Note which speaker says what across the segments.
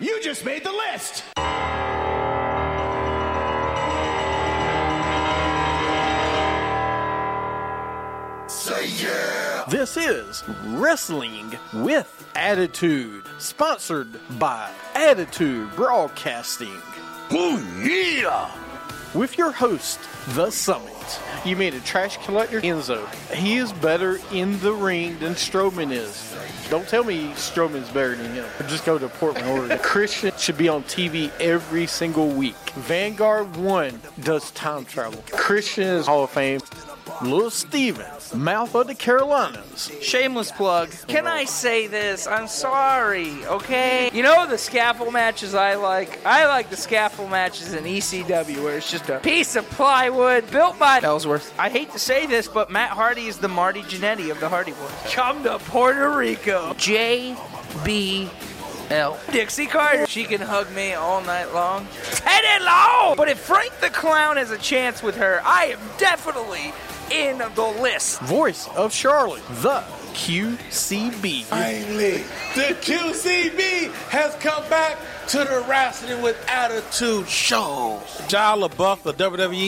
Speaker 1: You just made the list! Say yeah!
Speaker 2: This is Wrestling with Attitude, sponsored by Attitude Broadcasting.
Speaker 1: Oh yeah!
Speaker 2: With your host, The Summit. You made a trash collector, Enzo. He is better in the ring than Strowman is. Don't tell me Strowman's better than him. Just go to Portland, Oregon. Christian should be on TV every single week. Vanguard 1 does time travel. Christian is Hall of Fame. Little Steven, mouth of the Carolinas.
Speaker 3: Shameless plug. Can I say this? I'm sorry, okay? You know the scaffold matches I like? I like the scaffold matches in ECW where it's just a piece of plywood built by Ellsworth. I hate to say this, but Matt Hardy is the Marty Jannetty of the Hardy Boys. Come to Puerto Rico. J.B. L. Dixie Carter. She can hug me all night long. Teddy Long! But if Frank the Clown has a chance with her, I am definitely in the list.
Speaker 2: Voice of Charlotte, the QCB.
Speaker 4: Finally, the QCB has come back to the Wrestling with Attitude show. John LaBeouf of
Speaker 1: E.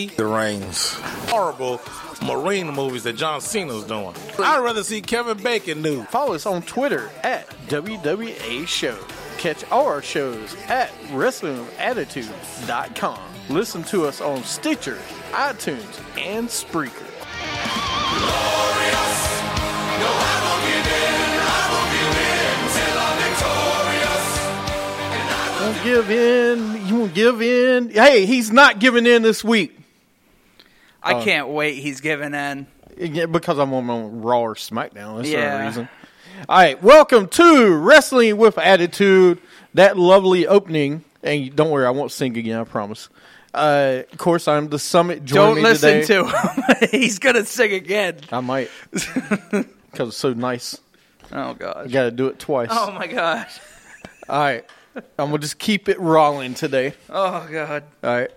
Speaker 4: WWE. The Reigns. Horrible Marine movies that John Cena's doing. I'd rather see Kevin Bacon new.
Speaker 2: Follow us on Twitter at WWA Show. Catch all our shows at WrestlingAttitude.com. Listen to us on Stitcher, iTunes, and Spreaker. Won't give in. You won't give in. Hey, he's not giving in this week Oh.
Speaker 3: I can't wait. He's giving in.
Speaker 2: Yeah, because I'm on, on Raw or SmackDown. That's the
Speaker 3: Yeah.
Speaker 2: only reason. All right, welcome to Wrestling with Attitude. That lovely opening, and don't worry, I won't sing again. I promise. Uh, of course, I'm the Summit. Join
Speaker 3: Don't
Speaker 2: me
Speaker 3: listen
Speaker 2: today.
Speaker 3: to him. He's gonna sing again.
Speaker 2: I might because it's so nice.
Speaker 3: Oh gosh.
Speaker 2: Got to do it twice.
Speaker 3: Oh my gosh.
Speaker 2: All right, I'm gonna just keep it rolling today.
Speaker 3: Oh god.
Speaker 2: All right,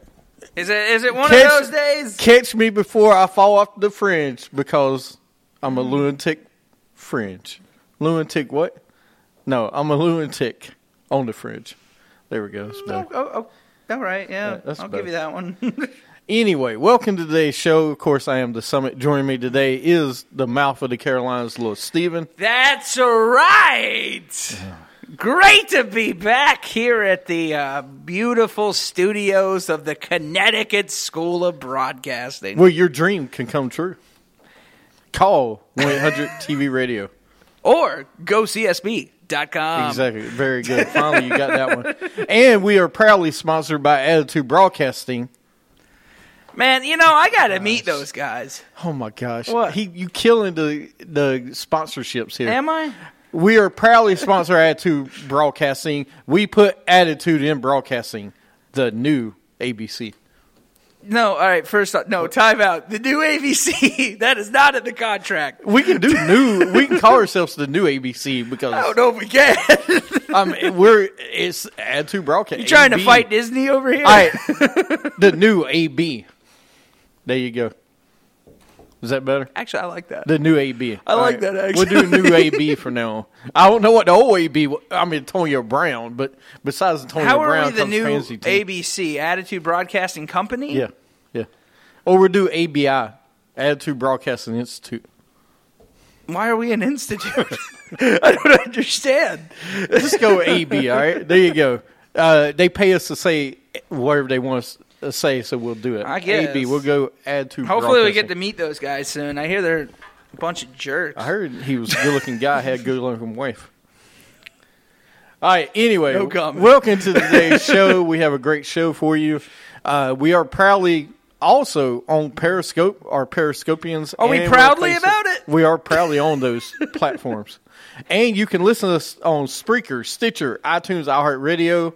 Speaker 3: Is it is it one
Speaker 2: Catch-
Speaker 3: of those days?
Speaker 2: catch me before I fall off the fringe because I'm a lunatic fringe. Lunatic what? No, I'm a lunatic on the fringe. There we go. It's better.
Speaker 3: Oh, oh, oh. All right. Yeah.
Speaker 2: that's
Speaker 3: I'll
Speaker 2: better.
Speaker 3: give you that one.
Speaker 2: Anyway, welcome to today's show. Of course, I am the summit. Joining me today is the mouth of the Carolinas, little Steven.
Speaker 3: That's right. Great to be back here at the uh, beautiful studios of the Connecticut School of Broadcasting.
Speaker 2: Well, your dream can come true. Call 100 TV Radio.
Speaker 3: Or gocsb.com.
Speaker 2: Exactly. Very good. Finally, you got that one. And we are proudly sponsored by Attitude Broadcasting.
Speaker 3: Man, you know, I got to meet those guys.
Speaker 2: Oh my gosh!
Speaker 3: What?
Speaker 2: He you killing the the sponsorships here?
Speaker 3: Am I?
Speaker 2: We are proudly sponsored Attitude Broadcasting. We put attitude in broadcasting. The new ABC.
Speaker 3: No, all right. First off, no, time out. The new ABC, that is not in the contract.
Speaker 2: We can do new. we can call ourselves the new ABC because
Speaker 3: I don't know if we can.
Speaker 2: um, we're it's Attitude Broadcasting.
Speaker 3: You trying to
Speaker 2: AB.
Speaker 3: fight Disney over here?
Speaker 2: All right, the new AB. There you go. Is that better?
Speaker 3: Actually, I like that.
Speaker 2: The new AB.
Speaker 3: I
Speaker 2: All
Speaker 3: like that, actually.
Speaker 2: We'll do new AB for now. on. I don't know what the old AB. wa- I mean, Antonio Brown, but besides Antonio
Speaker 3: How
Speaker 2: Brown,
Speaker 3: are we the
Speaker 2: comes
Speaker 3: new
Speaker 2: fantasy team.
Speaker 3: ABC, Attitude Broadcasting Company?
Speaker 2: Yeah, yeah. Or we'll do ABI, Attitude Broadcasting Institute.
Speaker 3: Why are we an institute? I don't understand.
Speaker 2: Just go AB. All right, there you go. Uh, they pay us to say whatever they want us to say, so we'll do it.
Speaker 3: I guess.
Speaker 2: AB. We'll go Attitude.
Speaker 3: Hopefully, we
Speaker 2: Broadcasting.
Speaker 3: get to meet those guys soon. I hear they're a bunch of jerks.
Speaker 2: I heard he was a good looking guy, had a good looking wife. All right, anyway,
Speaker 3: No comment.
Speaker 2: welcome to today's show. We have a great show for you. Uh, we are proudly also on Periscope, our Periscopians. Are
Speaker 3: we proudly about it?
Speaker 2: We are proudly on those platforms. And you can listen to us on Spreaker, Stitcher, iTunes, iHeartRadio.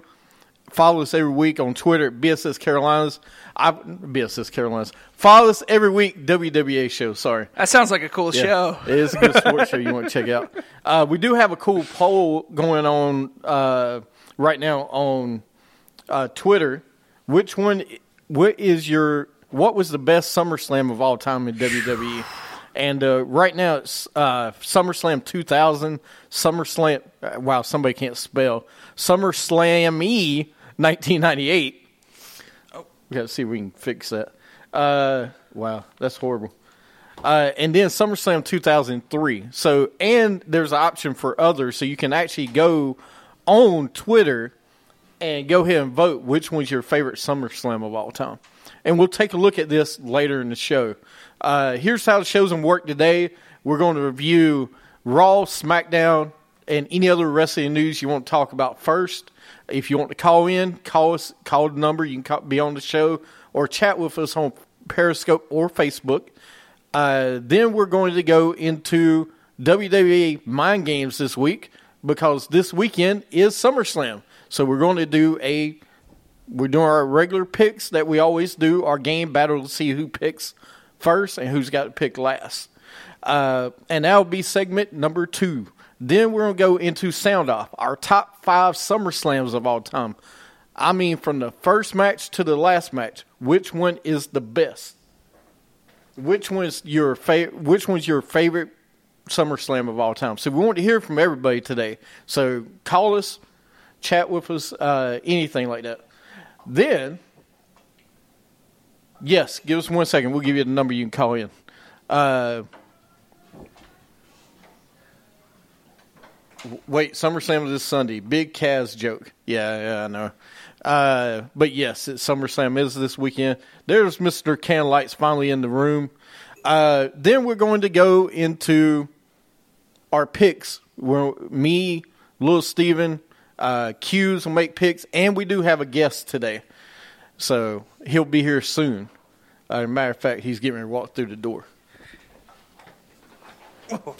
Speaker 2: Follow us every week on Twitter at BSS Carolinas. I, BSS Carolinas. Follow us every week, WWA Show, sorry.
Speaker 3: That sounds like a cool show.
Speaker 2: It is a good sports show you want to check out. Uh, we do have a cool poll going on uh, right now on uh, Twitter. Which one? What is your? What was the best SummerSlam of all time in WWE? E? And uh, right now it's uh, SummerSlam 2000, SummerSlam. uh, Wow, somebody can't spell SummerSlam E 1998. We gotta see if we can fix that. Uh, wow, that's horrible. Uh, and then SummerSlam 2003. So, and there's an option for others, so you can actually go on Twitter and go ahead and vote which one's your favorite SummerSlam of all time. And we'll take a look at this later in the show. Uh, here's how the show's going to work today. We're going to review Raw, SmackDown, and any other wrestling news you want to talk about first. If you want to call in, call us, call the number. You can call, be on the show or chat with us on Periscope or Facebook. Uh, then we're going to go into WWE Mind Games this week because this weekend is SummerSlam. So we're going to do a we're doing our regular picks that we always do, our game battle to see who picks first and who's got to pick last. Uh, and that'll be segment number two. Then we're going to go into sound off, our top five SummerSlams of all time. I mean, from the first match to the last match, which one is the best? Which one's your favorite? Which one's your favorite SummerSlam of all time? So we want to hear from everybody today. So call us, chat with us, uh, anything like that. Then, yes, give us one second. We'll give you the number you can call in. Uh, w- wait, SummerSlam is this Sunday. Big Kaz joke. Yeah, yeah, I know. Uh, but yes, it's SummerSlam is this weekend. There's Mr. Candlelight's finally in the room. Uh, then we're going to go into our picks. Where me, Lil Steven, uh, Q's will make picks, and we do have a guest today. So he'll be here soon. Uh, matter of fact, he's getting ready to walk through the door.
Speaker 3: Oh.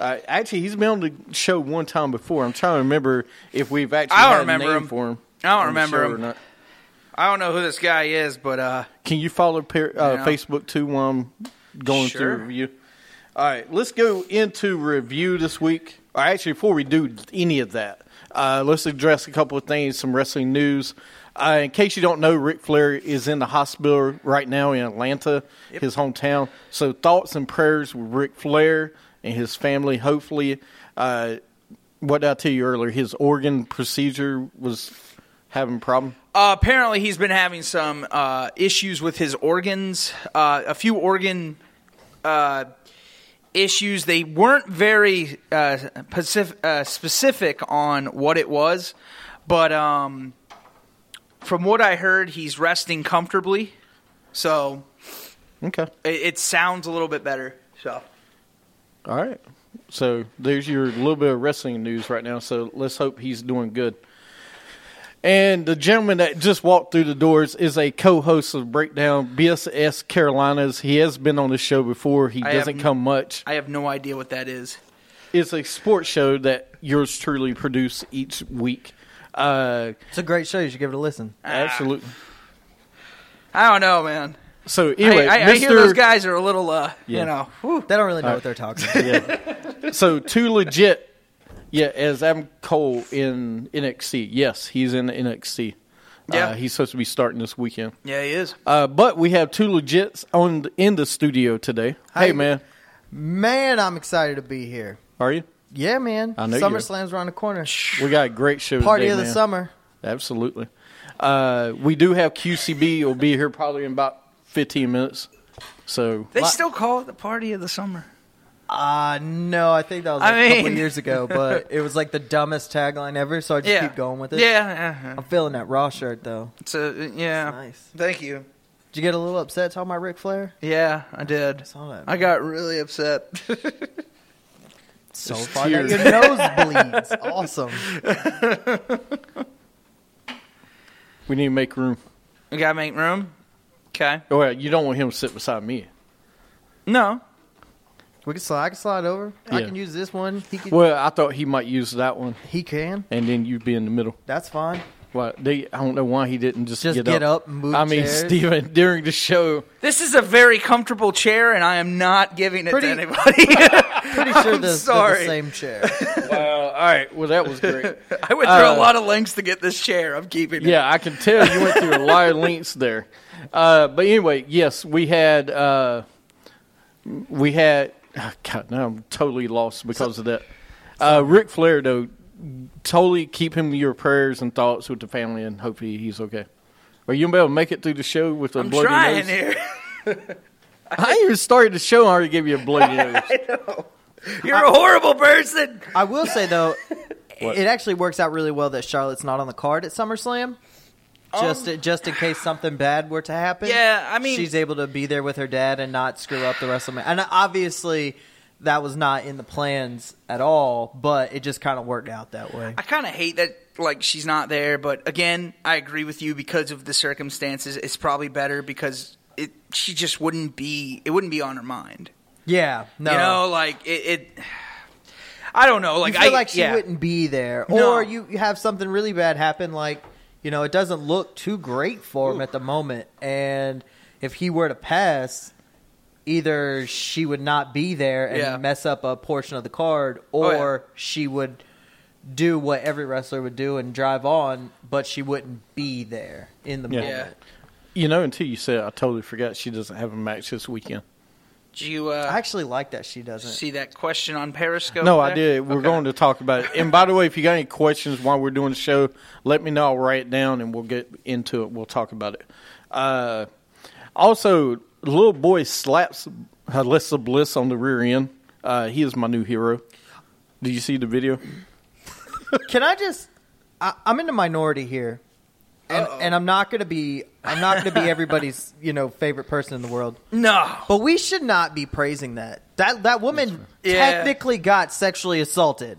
Speaker 2: Uh, actually, he's been on the show one time before. I'm trying to remember if we've actually
Speaker 3: I don't
Speaker 2: had a
Speaker 3: remember
Speaker 2: name
Speaker 3: him.
Speaker 2: for him.
Speaker 3: I don't
Speaker 2: on the
Speaker 3: remember
Speaker 2: show
Speaker 3: him.
Speaker 2: or not.
Speaker 3: I don't know who this guy is, but uh,
Speaker 2: Can you follow per, uh,
Speaker 3: Yeah.
Speaker 2: Facebook too while I'm going
Speaker 3: Sure.
Speaker 2: through review? All right, let's go into review this week. Or actually, before we do any of that, uh, let's address a couple of things, some wrestling news. Uh, in case you don't know, Ric Flair is in the hospital right now in Atlanta, his hometown. So, thoughts and prayers with Ric Flair and his family. Hopefully, uh, what did I tell you earlier? His organ procedure was having problem.
Speaker 3: Uh, apparently, he's been having some uh, issues with his organs, uh, a few organ uh, issues. They weren't very uh, pacif- uh, specific on what it was, but um, from what I heard, he's resting comfortably. So
Speaker 2: Okay.
Speaker 3: it, it sounds a little bit better. So
Speaker 2: All right. So there's your little bit of wrestling news right now. So let's hope he's doing good. And the gentleman that just walked through the doors is a co-host of Breakdown BSS Carolinas. He has been on this show before. He
Speaker 3: I have
Speaker 2: doesn't
Speaker 3: n-
Speaker 2: come much.
Speaker 3: I have no idea what that is.
Speaker 2: It's a sports show that yours truly produce each week. Uh,
Speaker 5: It's a great show. You should give it a listen.
Speaker 2: absolutely.
Speaker 3: I don't know, man.
Speaker 2: So anyway,
Speaker 3: I, I, I hear
Speaker 2: Mr.
Speaker 3: those guys are a little, uh,
Speaker 2: Yeah.
Speaker 3: you know, whew.
Speaker 5: They don't really know what they're talking about.
Speaker 2: so too legit. Yeah, as Adam Cole in NXT. Yes, he's in NXT.
Speaker 3: Yeah.
Speaker 2: uh, he's supposed to be starting this weekend.
Speaker 3: yeah, he is.
Speaker 2: Uh, but we have two legits on the, in the studio today. Hey,
Speaker 5: Hi.
Speaker 2: man,
Speaker 5: Man, I'm excited to be here.
Speaker 2: are you?
Speaker 5: Yeah, man.
Speaker 2: I know you are.
Speaker 5: SummerSlam's around the corner.
Speaker 2: We got a great show.
Speaker 5: Party
Speaker 2: today,
Speaker 5: of the
Speaker 2: man.
Speaker 5: summer.
Speaker 2: Absolutely. Uh, we do have QCB. will be here probably in about fifteen minutes. So
Speaker 3: They still call it the party of the summer.
Speaker 5: Uh, no, I think that was
Speaker 3: I
Speaker 5: like a couple
Speaker 3: mean-
Speaker 5: years ago, but it was like the dumbest tagline ever, so I just keep going with it.
Speaker 3: Yeah, uh-huh.
Speaker 5: I'm feeling that Raw shirt, though.
Speaker 3: it's a, yeah.
Speaker 5: Nice.
Speaker 3: Thank you.
Speaker 5: Did you get a little upset talking about Ric Flair?
Speaker 3: Yeah, I did.
Speaker 5: saw that.
Speaker 3: I got really upset.
Speaker 5: So
Speaker 2: It's
Speaker 5: far, that
Speaker 2: tears.
Speaker 5: your nose bleeds. Awesome.
Speaker 2: we need to make room.
Speaker 3: we gotta make room. Okay.
Speaker 2: Well, you don't want him to sit beside me.
Speaker 3: No.
Speaker 5: We can slide. I can slide over. I
Speaker 2: Yeah.
Speaker 5: can use this one. He can.
Speaker 2: Well, I thought he might use that one,
Speaker 5: He can.
Speaker 2: and then you'd be in the middle.
Speaker 5: That's fine.
Speaker 2: Well, they, I don't know why he didn't just,
Speaker 5: Just
Speaker 2: get,
Speaker 5: get
Speaker 2: up.
Speaker 5: up and move
Speaker 2: I mean,
Speaker 5: chairs.
Speaker 2: Steven, during the show,
Speaker 3: This is a very comfortable chair, and I am not giving it
Speaker 5: Pretty-
Speaker 3: to anybody.
Speaker 5: Pretty sure
Speaker 3: I'm
Speaker 5: they're-
Speaker 3: sorry.
Speaker 5: they're the same chair.
Speaker 2: Uh, all right, well, that was great.
Speaker 3: I went through
Speaker 2: Uh,
Speaker 3: a lot of lengths to get this chair. I'm keeping it.
Speaker 2: Yeah, I can tell you went through a lot of links there. Uh, but anyway, yes, we had uh, we had Oh, God, now I'm totally lost because of that. Uh, Rick Flair, though, totally keep him in your prayers and thoughts with the family, and hopefully he's okay. Are you gonna be able to make it through the show with a
Speaker 3: I'm
Speaker 2: bloody
Speaker 3: trying
Speaker 2: nose?
Speaker 3: here.
Speaker 2: I ain't even started the show. and I already gave you a bloody nose.
Speaker 3: You're a horrible person.
Speaker 5: I will say though, it actually works out really well that Charlotte's not on the card at SummerSlam. Just just in case something bad were to happen.
Speaker 3: Um, Yeah, I mean-
Speaker 5: she's able to be there with her dad and not screw up the WrestleMania. And obviously, that was not in the plans at all. But it just kind of worked out that way.
Speaker 3: I kind of hate that like she's not there, but again, I agree with you because of the circumstances. It's probably better because it she just wouldn't be it wouldn't be on her mind.
Speaker 5: Yeah, no.
Speaker 3: You know, like it. it I don't know. Like
Speaker 5: you feel
Speaker 3: I
Speaker 5: like she
Speaker 3: yeah.
Speaker 5: wouldn't be there,
Speaker 3: No.
Speaker 5: or you, you have something really bad happen, like you know it doesn't look too great for him at the moment, and if he were to pass, either she would not be there and
Speaker 3: Yeah.
Speaker 5: mess up a portion of the card,
Speaker 3: Oh,
Speaker 5: or
Speaker 3: yeah.
Speaker 5: she would do what every wrestler would do and drive on, but she wouldn't be there in the
Speaker 2: Yeah.
Speaker 5: moment.
Speaker 3: Yeah.
Speaker 2: you know, until you said, it, I totally forgot she doesn't have a match this weekend.
Speaker 3: Did you uh,
Speaker 5: I actually like that she doesn't.
Speaker 3: see that question on Periscope?
Speaker 2: No,
Speaker 3: there?
Speaker 2: I did. We're
Speaker 3: Okay.
Speaker 2: going to talk about it. And by the way, if you got any questions while we're doing the show, let me know. I'll write it down and we'll get into it. We'll talk about it. Uh, also, little boy slaps Alyssa Bliss on the rear end. Uh, he is my new hero. Did you see the video?
Speaker 5: Can I just? I, I'm in the minority here, and and I'm not gonna be I'm not gonna be everybody's you know favorite person in the world.
Speaker 3: No. Oh,
Speaker 5: But we should not be praising that. That that woman
Speaker 3: right. Yeah.
Speaker 5: technically got sexually assaulted.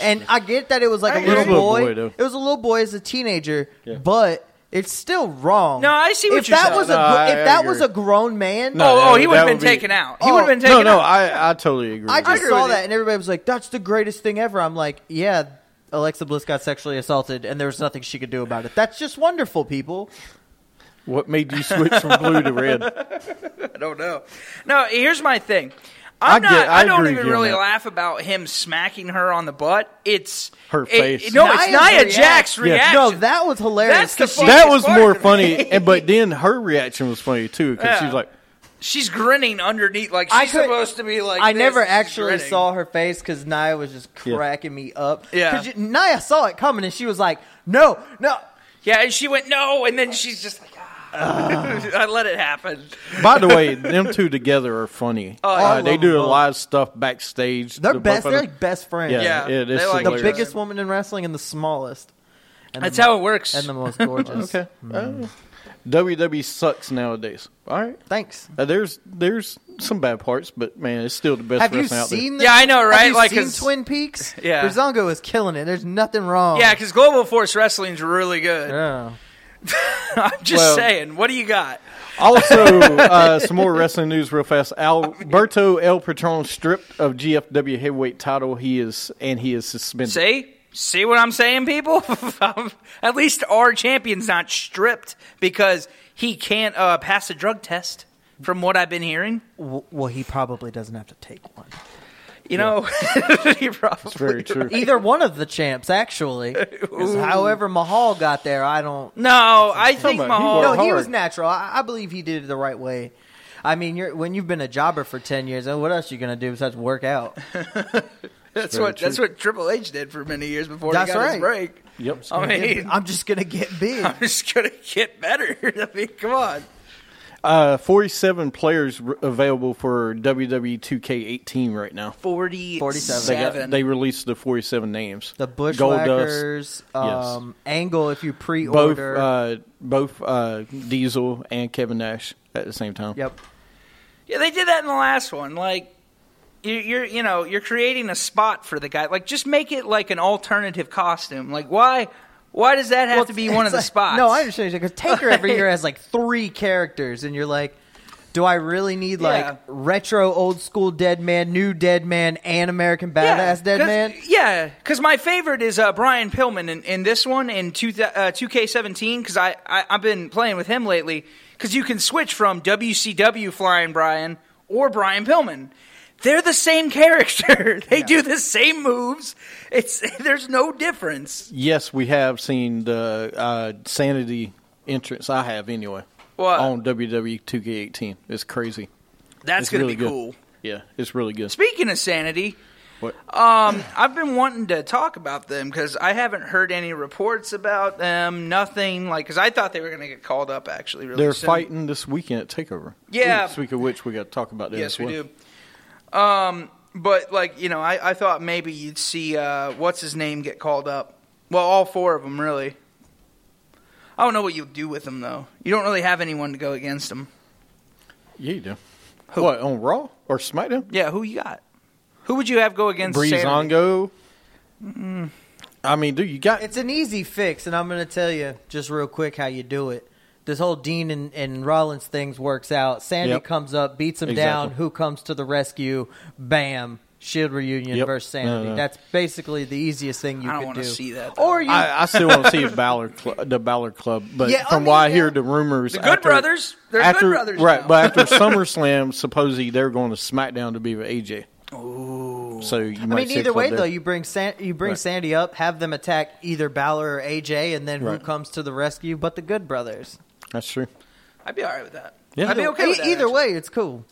Speaker 5: And I get that it was like
Speaker 3: I
Speaker 5: a
Speaker 3: agree.
Speaker 5: little
Speaker 2: Little
Speaker 5: boy.
Speaker 2: boy, though.
Speaker 5: it was a little boy as a teenager,
Speaker 2: Yeah.
Speaker 5: but it's still wrong.
Speaker 3: No, I see what
Speaker 5: if
Speaker 3: you're
Speaker 5: that
Speaker 3: saying.
Speaker 5: Was a,
Speaker 2: No,
Speaker 5: gr-
Speaker 2: I- I
Speaker 5: if that was
Speaker 2: agree.
Speaker 5: a grown man,
Speaker 2: No,
Speaker 3: Oh, oh, he
Speaker 2: that
Speaker 3: would have
Speaker 2: would
Speaker 3: been
Speaker 2: be-
Speaker 3: taken out. He
Speaker 5: Oh.
Speaker 3: would have been taken
Speaker 2: No, no,
Speaker 3: out.
Speaker 2: I, I totally agree.
Speaker 5: I
Speaker 2: with
Speaker 5: just
Speaker 3: agree
Speaker 5: saw
Speaker 3: with you.
Speaker 5: that, and everybody was like, "That's the greatest thing ever." I'm like, "Yeah, Alexa Bliss got sexually assaulted, and there was nothing she could do about it. That's just wonderful, people."
Speaker 2: you. What made you switch from blue to red?
Speaker 3: I don't know. No, here's my thing. I'm
Speaker 2: I
Speaker 3: not.
Speaker 2: get- I
Speaker 3: I don't
Speaker 2: agree with
Speaker 3: even
Speaker 2: you on
Speaker 3: really
Speaker 2: that.
Speaker 3: laugh about him smacking her on the butt. It's
Speaker 2: Her
Speaker 3: it-
Speaker 2: face.
Speaker 3: no, it's
Speaker 5: Nia's
Speaker 3: Nia
Speaker 5: react-
Speaker 3: Jack's
Speaker 2: Yeah.
Speaker 3: reaction.
Speaker 5: No, that was hilarious.
Speaker 3: That's the
Speaker 5: 'cause she-
Speaker 3: fuck-
Speaker 2: that was
Speaker 3: part
Speaker 2: more
Speaker 3: of me.
Speaker 2: funny, and but then her reaction was funny too because she
Speaker 3: Yeah.
Speaker 2: was like,
Speaker 3: she's grinning underneath, like she's
Speaker 5: I could-
Speaker 3: supposed to be like.
Speaker 5: I
Speaker 3: this,
Speaker 5: never
Speaker 3: and she's
Speaker 5: actually
Speaker 3: grinning.
Speaker 5: saw her face because Naya was just
Speaker 2: Yeah.
Speaker 5: cracking me up.
Speaker 3: Yeah.
Speaker 5: 'Cause you- Naya saw it coming, and she was like, "No, no."
Speaker 3: Yeah, and she went no, and then she's just like, ah. I let it happen.
Speaker 2: By the way, them two together are funny.
Speaker 3: yeah.
Speaker 2: uh, they
Speaker 5: Oh, love
Speaker 2: do a
Speaker 5: them
Speaker 2: lot of stuff backstage.
Speaker 5: They're
Speaker 2: The
Speaker 5: best.
Speaker 2: both
Speaker 5: They're
Speaker 2: of
Speaker 5: like best friends.
Speaker 2: them-
Speaker 3: Yeah,
Speaker 2: yeah, it is
Speaker 3: they like
Speaker 5: the
Speaker 3: Hilarious.
Speaker 5: biggest woman in wrestling and the smallest. And
Speaker 3: That's
Speaker 5: the,
Speaker 3: how it works.
Speaker 5: And the most gorgeous.
Speaker 2: Okay. Oh. WWE E sucks nowadays. All right.
Speaker 5: Thanks.
Speaker 2: Uh, there's there's some bad parts, but man, it's still the best.
Speaker 5: Have you
Speaker 2: wrestling out there.
Speaker 5: seen?
Speaker 3: Yeah, I know, right?
Speaker 5: Have you
Speaker 3: Like,
Speaker 5: seen
Speaker 3: 'cause-
Speaker 5: Twin Peaks?
Speaker 3: Yeah.
Speaker 5: Brizongo is killing it. There's nothing wrong. Oh.
Speaker 3: yeah, because Global Force Wrestling's really good.
Speaker 5: Yeah.
Speaker 3: I'm just
Speaker 2: Well-
Speaker 3: saying. What do you got?
Speaker 2: Also, uh, some more wrestling news, real fast. Alberto El Patron stripped of GFW heavyweight title. He is and he is suspended.
Speaker 3: See? See what I'm saying, people? At least our champion's not stripped because he can't uh, pass a drug test, from what I've been hearing.
Speaker 5: W- well, he probably doesn't have to take one.
Speaker 3: You know, he probably.
Speaker 2: Very true.
Speaker 5: Either one of the champs, actually. 'Cause However, Mahal got there. I don't.
Speaker 3: No, I think
Speaker 2: about- he
Speaker 3: Mahal.
Speaker 5: No,
Speaker 2: worked
Speaker 5: he was
Speaker 2: hard.
Speaker 5: natural. I, I believe he did it the right way. I mean, you're, when you've been a jobber for ten years, oh, what else are you gonna do besides work out?
Speaker 3: that's what that's what Triple H did for many years before
Speaker 5: That's
Speaker 3: he got his
Speaker 5: right.
Speaker 3: break.
Speaker 2: Yep.
Speaker 5: Oh,
Speaker 3: I mean, I'm
Speaker 5: I'm just gonna get big.
Speaker 3: just gonna get better. I mean, come on.
Speaker 2: Uh, 47 players r- available for E WWE 2K18 right now.
Speaker 3: Forty-seven.
Speaker 2: They, got, they released the 47 names.
Speaker 5: The
Speaker 2: Goldust,
Speaker 5: Bushwhackers, um, Angle. If you
Speaker 2: both
Speaker 5: pre-order,
Speaker 2: uh, both uh, Diesel and Kevin Nash at the same time.
Speaker 5: yep.
Speaker 3: Yeah, they did that in the last one. Like you- you're, you know, you're creating a spot for the guy. Like just make it like an alternative costume. Like why, why does that have to be one of
Speaker 5: It's
Speaker 3: the
Speaker 5: like-
Speaker 3: spots?
Speaker 5: No, I understand because Taker every year has like three characters, and you're like, do I really need like
Speaker 3: Yeah.
Speaker 5: retro, old school dead man, new dead man, and American badass
Speaker 3: Yeah,
Speaker 5: dead
Speaker 3: 'cause-
Speaker 5: man?
Speaker 3: Yeah, because my favorite is uh, Brian Pillman in, in this one in two uh, two K seventeen. Because I, I I've been playing with him lately. Because you can switch from WCW Flying Brian or Brian Pillman. They're the same character. they do the same moves. It's there's no difference.
Speaker 2: Yes, we have seen the uh, Sanity entrance. I have anyway.
Speaker 3: What?
Speaker 2: E On WWE 2K18. It's crazy.
Speaker 3: That's
Speaker 2: It's
Speaker 3: gonna
Speaker 2: really
Speaker 3: be
Speaker 2: good.
Speaker 3: cool.
Speaker 2: Yeah, it's really good.
Speaker 3: Speaking of sanity,
Speaker 2: What?
Speaker 3: um, I've been wanting to talk about them because I haven't heard any reports about them. Nothing like because I thought they were going to get called up actually. Really
Speaker 2: They're
Speaker 3: soon.
Speaker 2: fighting this weekend at Takeover.
Speaker 3: Yeah.
Speaker 2: Ooh, Speak of which, we got to talk about that.
Speaker 3: Yes,
Speaker 2: as
Speaker 3: we
Speaker 2: well.
Speaker 3: do. Um, but like you know, I, I thought maybe you'd see uh, what's his name get called up. Well, all four of them really. I don't know what you'll do with them though. You don't really have anyone to go against them.
Speaker 2: Yeah, you do. What on Raw or SmackDown?
Speaker 3: Yeah, who you got? Who would you have go against? Sanity?
Speaker 2: Breezango.
Speaker 3: Mm.
Speaker 2: I mean, dude, you got
Speaker 5: It's an easy fix, and I'm going to tell you just real quick how you do it. This whole Dean and, and Rollins things works out. Sandy
Speaker 2: Yep.
Speaker 5: comes up, beats him
Speaker 2: Exactly.
Speaker 5: down. Who comes to the rescue? Bam. Shield reunion
Speaker 2: Yep.
Speaker 5: versus Sanity.
Speaker 2: No, no.
Speaker 5: That's basically the easiest thing you
Speaker 3: I don't
Speaker 5: can
Speaker 3: wanna
Speaker 5: do.
Speaker 3: see that, though.
Speaker 5: Or you,
Speaker 2: I, I still want to see if Balor Cl- the Balor Club, but
Speaker 5: Yeah, I
Speaker 2: from
Speaker 5: mean,
Speaker 2: what I
Speaker 5: yeah.
Speaker 2: hear, the rumors
Speaker 3: The Good
Speaker 2: after-
Speaker 3: Brothers. They're
Speaker 2: after,
Speaker 3: Good Brothers
Speaker 2: right?
Speaker 3: now.
Speaker 2: But after SummerSlam, supposedly they're going to SmackDown to be with AJ. Ooh. So you
Speaker 5: I
Speaker 2: might
Speaker 5: mean,
Speaker 2: see a
Speaker 5: either
Speaker 2: club
Speaker 5: way
Speaker 2: there.
Speaker 5: though, you bring San- you bring
Speaker 2: Right.
Speaker 5: Sandy up, have them attack either Balor or AJ, and then who
Speaker 2: Right.
Speaker 5: comes to the rescue? But the Good Brothers.
Speaker 2: That's true.
Speaker 3: I'd be all right with that.
Speaker 2: Yeah.
Speaker 3: I'd be okay with
Speaker 5: E-
Speaker 3: that,
Speaker 5: either
Speaker 3: actually.
Speaker 5: way, it's cool.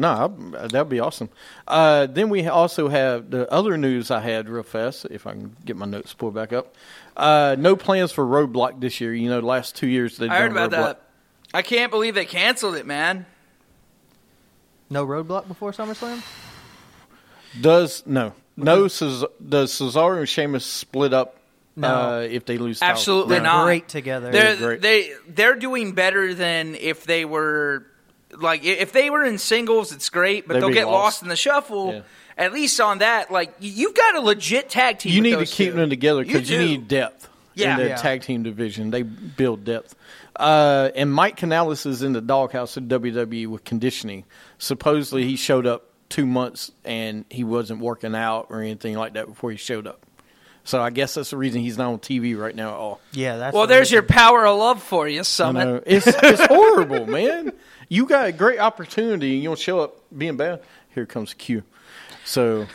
Speaker 2: No, I- that'd be awesome. Uh, then we also have the other news I had real fast, if I can get my notes pulled back up. Uh, no plans for Roadblock this year. You know, the last two years they've
Speaker 3: I heard
Speaker 2: done
Speaker 3: about
Speaker 2: Roadblock.
Speaker 3: that. I can't believe they canceled it, man.
Speaker 5: No roadblock before SummerSlam.
Speaker 2: Does no no Ces- does Cesaro and Sheamus split up?
Speaker 5: No.
Speaker 2: Uh, if they lose, titles?
Speaker 3: Absolutely
Speaker 2: No.
Speaker 3: not.
Speaker 5: Great together.
Speaker 3: They're
Speaker 2: great.
Speaker 3: they they're doing better than if they were like i- if they were in singles, it's great, but
Speaker 2: They'd
Speaker 3: they will
Speaker 2: be
Speaker 3: get lost.
Speaker 2: lost.
Speaker 3: in the shuffle.
Speaker 2: Yeah.
Speaker 3: At least on that, like y- you've got a legit tag team.
Speaker 2: You
Speaker 3: with
Speaker 2: need to
Speaker 3: those
Speaker 2: keep
Speaker 3: two.
Speaker 2: them together because you,
Speaker 3: do.
Speaker 2: need depth
Speaker 3: Yeah.
Speaker 2: in the
Speaker 5: Yeah.
Speaker 2: tag team division. They build depth. Uh, and Mike Canales is in the doghouse at WWE E with conditioning. Supposedly, he showed up two months and he wasn't working out or anything like that before he showed up. So I guess that's the reason he's not on TV right now at all.
Speaker 5: Yeah, that's
Speaker 3: Well,
Speaker 5: the
Speaker 3: there's your
Speaker 5: reason.
Speaker 3: power of love for you,
Speaker 2: I
Speaker 3: Summit.
Speaker 2: know. It's, it's horrible, man. You got a great opportunity and you don't show up being bad. Here comes Q. So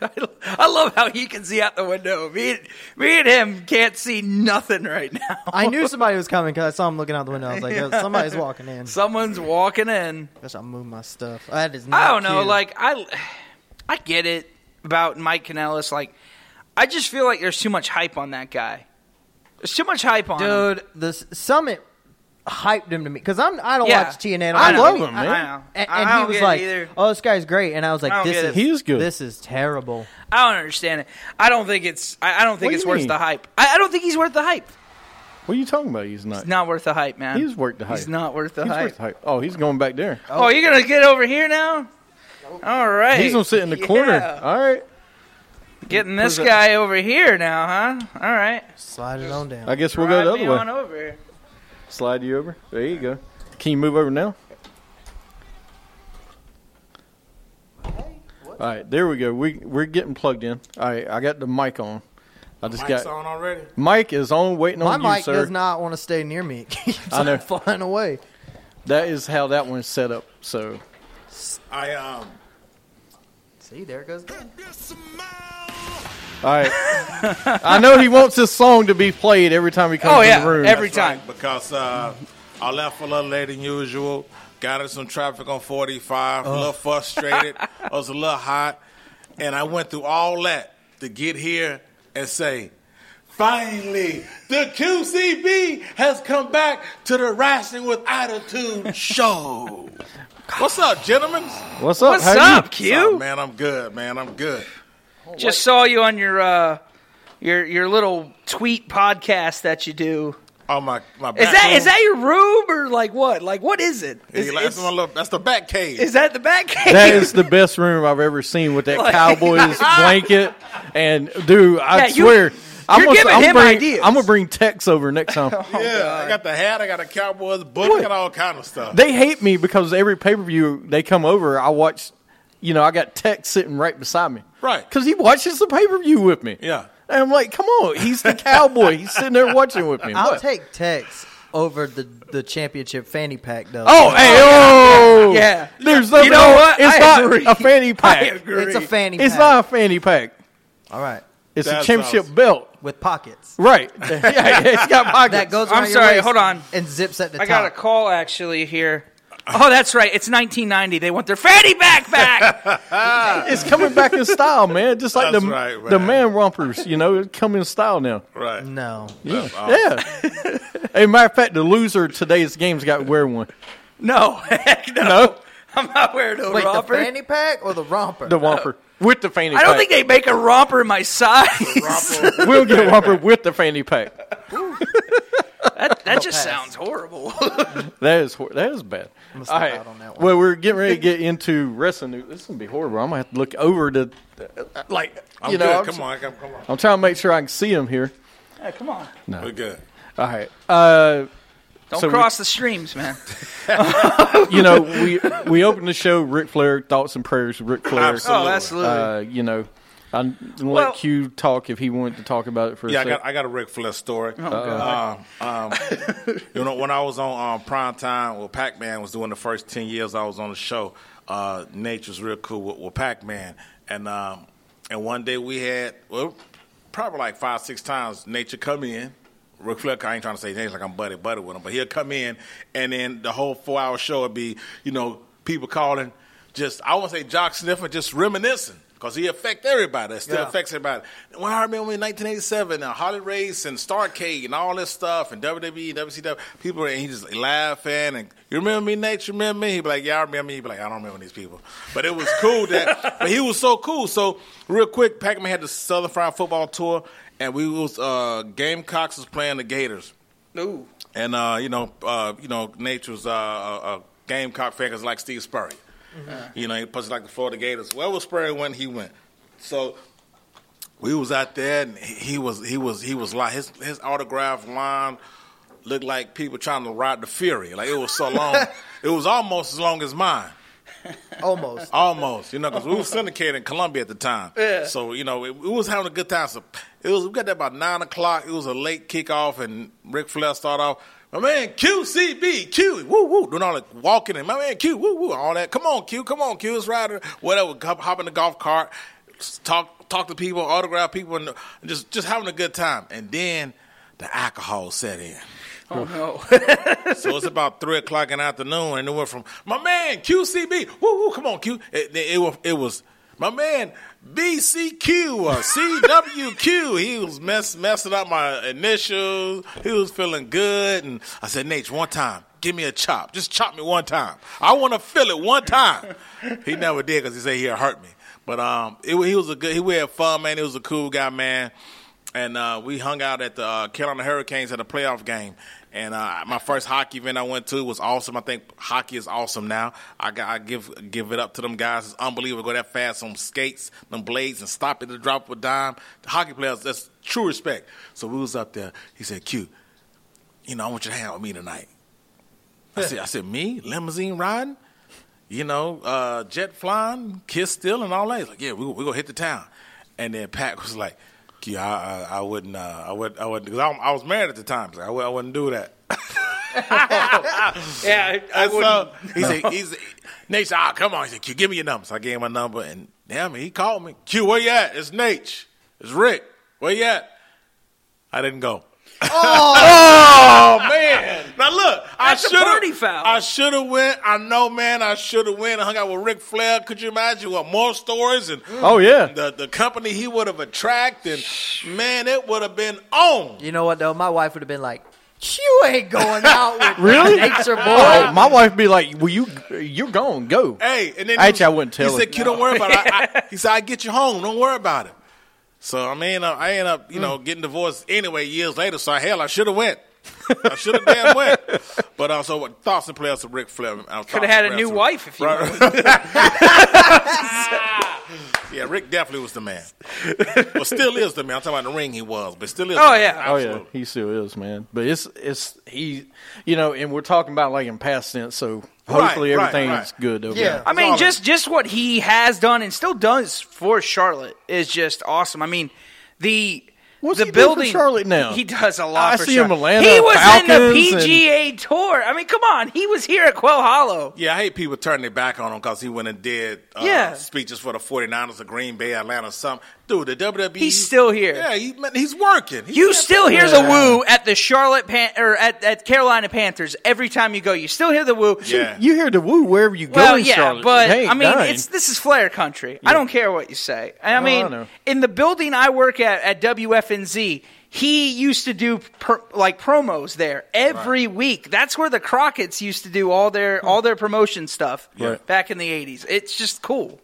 Speaker 3: I love how he can see out the window. Me, and- me and him can't see nothing right now.
Speaker 5: I knew somebody was coming because I saw him looking out the window. I was like, "Oh, somebody's walking in.
Speaker 3: Someone's walking in.
Speaker 5: Guess I'll move my stuff. That is not
Speaker 3: I don't know.
Speaker 5: cute.
Speaker 3: Like I, I get it about Mike Kanellis. Like I just feel like there's too much hype on that guy. There's too much hype on him.
Speaker 5: dude, the s- summit hyped him to me because I'm I don't
Speaker 3: Yeah.
Speaker 5: watch TNA.
Speaker 3: I
Speaker 5: don't
Speaker 2: love
Speaker 5: watch
Speaker 2: him,
Speaker 5: any-
Speaker 2: man.
Speaker 3: I know.
Speaker 5: And,
Speaker 3: I
Speaker 5: and
Speaker 3: don't
Speaker 5: he was
Speaker 3: get it
Speaker 5: like,
Speaker 3: either.
Speaker 5: "Oh, this guy's great," and I was like,
Speaker 3: I don't
Speaker 5: "This
Speaker 3: get
Speaker 5: is
Speaker 3: it.
Speaker 2: He is good.
Speaker 5: This is terrible."
Speaker 3: I don't understand it. I don't think it's. I, I don't think
Speaker 2: What do
Speaker 3: it's
Speaker 2: you
Speaker 3: worth
Speaker 2: mean?
Speaker 3: the hype. I, I don't think he's worth the hype.
Speaker 2: what are you talking about? He's not.
Speaker 3: He's not worth the hype, man.
Speaker 2: He's worth the hype.
Speaker 3: He's not worth the
Speaker 2: He's
Speaker 3: hype.
Speaker 2: worth the hype. Oh, he's going back there.
Speaker 3: Oh, you're gonna get over here now. All right.
Speaker 2: He's gonna sit in the corner.
Speaker 3: Yeah.
Speaker 2: All right.
Speaker 3: Getting this guy over here now, huh? All right.
Speaker 5: Slide it on down.
Speaker 2: I guess we'll
Speaker 3: Drive
Speaker 2: go
Speaker 3: me
Speaker 2: the other
Speaker 3: on
Speaker 2: way.
Speaker 3: over.
Speaker 2: Slide you over. There you go. Can you move over now? All right, there we go. We we're getting plugged in. All right, I got the mic on. I just
Speaker 4: Mike's
Speaker 2: got
Speaker 4: on already.
Speaker 2: mic is on, waiting
Speaker 5: My
Speaker 2: on Oh, you,
Speaker 5: mic
Speaker 2: sir.
Speaker 5: does not want to stay near me. It keeps
Speaker 2: I know.
Speaker 5: on flying away.
Speaker 2: that is how that one's set up. So
Speaker 4: I um.
Speaker 5: See, there goes.
Speaker 2: all right, I know he wants this song to be played every time he comes
Speaker 3: Oh
Speaker 2: in
Speaker 3: yeah.
Speaker 2: the room.
Speaker 3: Every
Speaker 4: That's
Speaker 3: time.
Speaker 4: right, because uh, I left a little later than usual. Got in some traffic on 45.
Speaker 3: Uh.
Speaker 4: A little frustrated. I was a little hot, and I went through all that to get here and say, finally, the QCB has come back to the Wrestling with Attitude show. What's up, gentlemen?
Speaker 2: What's up?
Speaker 3: What's
Speaker 2: How you?
Speaker 3: up,
Speaker 4: Oh,
Speaker 3: Q?
Speaker 4: man, I'm good. Man, I'm good.
Speaker 3: Just saw you on your uh, your your little tweet podcast that you do.
Speaker 4: Oh my, my.
Speaker 3: Is that is that your room or like what? Like what is it? Is,
Speaker 4: that's,
Speaker 3: is-
Speaker 4: my little, that's the back cave.
Speaker 3: is that the back cave?
Speaker 2: That is the best room I've ever seen with that
Speaker 3: Like-
Speaker 2: Cowboys blanket. And dude, I
Speaker 3: Yeah, you-
Speaker 2: swear, I'm
Speaker 3: you're
Speaker 2: gonna,
Speaker 3: giving
Speaker 2: I'm
Speaker 3: him
Speaker 2: bring,
Speaker 3: ideas.
Speaker 2: I'm gonna bring Tex over next time.
Speaker 4: yeah, I got the hat. I got a Cowboys book. I got all kind of stuff.
Speaker 2: They hate me because every pay per view they come over, I watch. You know, I got Tex sitting right beside me,
Speaker 4: Right.
Speaker 2: Because he watches the pay per view with me.
Speaker 4: Yeah.
Speaker 2: and I'm like, come on, he's the cowboy. he's sitting there watching with me.
Speaker 5: I'll
Speaker 2: What?
Speaker 5: take Tex over the the championship fanny pack though.
Speaker 2: Oh, hey, oh,
Speaker 3: yeah.
Speaker 2: There's nothing.
Speaker 3: You know what?
Speaker 2: It's
Speaker 3: I
Speaker 2: not
Speaker 3: agree.
Speaker 2: a fanny pack.
Speaker 5: it's a fanny.
Speaker 2: It's
Speaker 5: pack.
Speaker 2: not a fanny pack.
Speaker 5: All right,
Speaker 2: It's
Speaker 4: That's
Speaker 2: a championship
Speaker 4: awesome.
Speaker 2: belt.
Speaker 5: with pockets.
Speaker 2: Right. yeah, it's got pockets.
Speaker 5: That goes.
Speaker 3: I'm
Speaker 5: around your
Speaker 3: sorry,
Speaker 5: waist
Speaker 3: hold on.
Speaker 5: And zips at the
Speaker 3: I
Speaker 5: top.
Speaker 3: got a call actually here. Oh, that's right. It's 1990. They want their fatty back back.
Speaker 2: It's coming back in style, man. Just like
Speaker 4: That's
Speaker 2: the
Speaker 4: right, man.
Speaker 2: the man rompers, you know, it come in style now.
Speaker 4: Right.
Speaker 5: No.
Speaker 2: Yeah. As a matter of fact, the loser of today's game's got to wear one.
Speaker 3: no, heck no.
Speaker 2: No,
Speaker 3: I'm not wearing a
Speaker 5: Wait,
Speaker 3: romper.
Speaker 5: the fanny pack or the romper?
Speaker 2: the romper with the fanny.
Speaker 3: I don't
Speaker 2: pack.
Speaker 3: think they make a romper my size.
Speaker 2: we'll get a romper with the fanny pack.
Speaker 3: that that just
Speaker 5: pass.
Speaker 3: sounds horrible.
Speaker 2: That is hor- that is bad.
Speaker 5: step
Speaker 2: All right.
Speaker 5: out on that one.
Speaker 2: Well, we're getting ready to get into wrestling. news. This is gonna be horrible. I'm gonna have to look over to, like,
Speaker 4: I'm
Speaker 2: you know,
Speaker 4: good.
Speaker 2: I'm,
Speaker 4: come
Speaker 2: s-
Speaker 4: on, come, come on.
Speaker 2: I'm trying to make sure I can see him here.
Speaker 3: Yeah, come on.
Speaker 4: We're good.
Speaker 2: All right. Uh,
Speaker 3: Don't
Speaker 2: So we-
Speaker 3: cross the streams, man.
Speaker 2: you know, we we opened the show. Ric Flair thoughts and prayers. Ric Flair.
Speaker 4: Absolutely.
Speaker 3: Oh, absolutely.
Speaker 2: Uh, you know, I'm gonna
Speaker 3: Well-
Speaker 2: let Q talk if he wanted to talk about it for a
Speaker 4: Yeah,
Speaker 2: Oh,
Speaker 4: I
Speaker 2: second.
Speaker 4: got I got a Ric Flair story. Um, um, you know, when I was on um, prime time, well, Pac Man was doing the first ten years I was on the show. Uh, Nature's real cool with, with Pac Man, and um, and one day we had well, probably like five six times Nature come in. Ric Flair, I ain't trying to say names like I'm buddy buddy with him, but he'll come in, and then the whole four hour show would be you know people calling, just I won't say jock sniffing, just reminiscing. Cause he affect everybody. It still
Speaker 5: Yeah.
Speaker 4: affects everybody. When I remember in 1987, uh, Holly Race and Starcade and all this stuff and E, WWE, WCW, people and he just laughing and you remember me, Nate? You remember me? He'd be like, yeah, I remember me. He'd be like, I don't remember these people. But it was cool that. but he was so cool. So real quick, Pac-Man had the Southern Fried Football Tour, and we was uh, Gamecocks was playing the Gators
Speaker 3: No.
Speaker 4: and uh, you know, uh, you know, Nature's uh, a, a Gamecock fan 'cause like Steve Spurrier. You know, he puts like the Florida Gators. Where was Spurrier when he went? So we was out there, and he he was he was he was like his his autograph line looked like people trying to ride the Fury. Like it was so long, it was almost as long as mine.
Speaker 5: Almost.
Speaker 4: Almost, you know, because we were syndicated in Columbia at the time. So you know, it, we was having a good time. So it was we got there about nine o'clock. It was a late kickoff, and Rick Flair started off. My man QCB Q woo woo doing all that walking and my man Q woo woo all that. Come on Q, come on Q, it's rider whatever. Hop, hop in the golf cart, s- talk talk to people, autograph people, and just just having a good time. And then the alcohol set in.
Speaker 3: Oh no.
Speaker 4: So it's about three o'clock in the afternoon, and it went from my man QCB, woo woo, come on Q. It, it, it was it was my man BCQ or CWQ. he was mess, messing up my initials. He was feeling good, and I said, Nate, one time, give me a chop. Just chop me one time. I want to feel it one time. he never did because he said he'll hurt me. But um, it, wa- he was a good. He we had fun, man. He was a cool guy, man and uh, we hung out at the uh, Carolina Hurricanes at a playoff game. And uh, my first hockey event I went to was awesome. I think hockey is awesome now. I, got, I give give it up to them guys. It's unbelievable. Go that fast on skates, them blades, and stop at the drop of a dime. The hockey players, that's true respect. So we was up there. He said, "Q, you know, I want you to hang out with me tonight." I said, "I said me limousine riding." you know, uh, jet flying, kiss still, and all that. He's like, yeah, we we gonna hit the town. And then Pac was like, yeah, I, I, I wouldn't, uh, I would, I would, because I, I was married at the time, so I, would, I wouldn't do that.
Speaker 3: yeah, I, I
Speaker 4: And
Speaker 3: wouldn't.
Speaker 4: so he said, he's, Nate said, ah, come on. He said, Q, give me your number. So I gave him my number, and damn it, he called me. Q, where you at? It's Nate. It's Rick. Where you at? I didn't go. Oh, man! Now look, I
Speaker 3: That's a
Speaker 4: should have.
Speaker 3: party foul.
Speaker 4: I should have went. I know, man. I should have went. I hung out with Ric Flair. Could you imagine what more stories and
Speaker 2: Oh yeah.
Speaker 4: the the company he would have attracted? Man, it would have been on.
Speaker 5: You know what though? My wife would have been like, "You ain't going out with
Speaker 2: Really?
Speaker 5: nature boy."
Speaker 2: Oh, my wife be like, "Well, you you're gone. Go." Oh,
Speaker 4: Hey, and then
Speaker 2: Actually, I wouldn't tell
Speaker 4: He
Speaker 2: her.
Speaker 4: said, "Kid, don't worry about it." I, I, he said, "I get you home. Don't worry about it." So I mean, uh, I end
Speaker 2: Mm.
Speaker 4: up, you know, getting divorced anyway years later. So hell, I should have went. I should have damn went. But also, what thoughts and prayers to Rick Flair. uh,
Speaker 3: Could have had a new wife if you
Speaker 4: Right.
Speaker 3: wanted.
Speaker 4: Yeah, Rick definitely was the man. well, still is the man. I'm talking about the ring he was, but still is.
Speaker 3: Oh,
Speaker 4: the man.
Speaker 3: yeah.
Speaker 2: Oh yeah,
Speaker 4: Absolutely.
Speaker 2: he still is, man. But it's it's he, you know, and we're talking about like in past tense, so
Speaker 4: Right,
Speaker 2: hopefully
Speaker 4: right,
Speaker 2: everything's
Speaker 4: right.
Speaker 2: good. Over
Speaker 5: Yeah.
Speaker 2: there.
Speaker 3: I mean,
Speaker 4: Solid.
Speaker 3: just just what he has done and still does for Charlotte is just awesome. I mean, the
Speaker 2: What's
Speaker 3: the
Speaker 2: he do for
Speaker 3: building
Speaker 2: Charlotte now?
Speaker 3: He does a lot.
Speaker 2: I
Speaker 3: for
Speaker 2: see him
Speaker 3: Charlotte.
Speaker 2: Atlanta
Speaker 3: He was
Speaker 2: Falcons
Speaker 3: in
Speaker 2: and-
Speaker 3: the PGA Tour. I mean, come on, he was here at Quell Hollow.
Speaker 4: Yeah, I hate people turning their back on him because he went and did uh,
Speaker 3: Yeah.
Speaker 4: speeches for the 49ers of Green Bay, Atlanta, something. Dude, the WWE.
Speaker 3: He's still here.
Speaker 4: Yeah, he, he's working. He's
Speaker 3: You
Speaker 4: not-
Speaker 3: still hear the
Speaker 5: Yeah.
Speaker 3: woo at the Charlotte Pan- or at, at Carolina Panthers every time you go. You still hear the woo.
Speaker 4: Yeah.
Speaker 2: You hear the woo wherever you go.
Speaker 3: Well,
Speaker 2: in
Speaker 3: yeah,
Speaker 2: Charlotte.
Speaker 3: but
Speaker 2: It ain't
Speaker 3: I mean,
Speaker 2: dying.
Speaker 3: it's this is Flair country. I don't care what you say. And I
Speaker 2: Oh,
Speaker 3: mean,
Speaker 2: I know.
Speaker 3: in the building I work at at WFNZ, he used to do per, like promos there every week. That's where the Crockett's used to do all their all their promotion stuff
Speaker 4: Right.
Speaker 3: back in the '80s. It's just cool.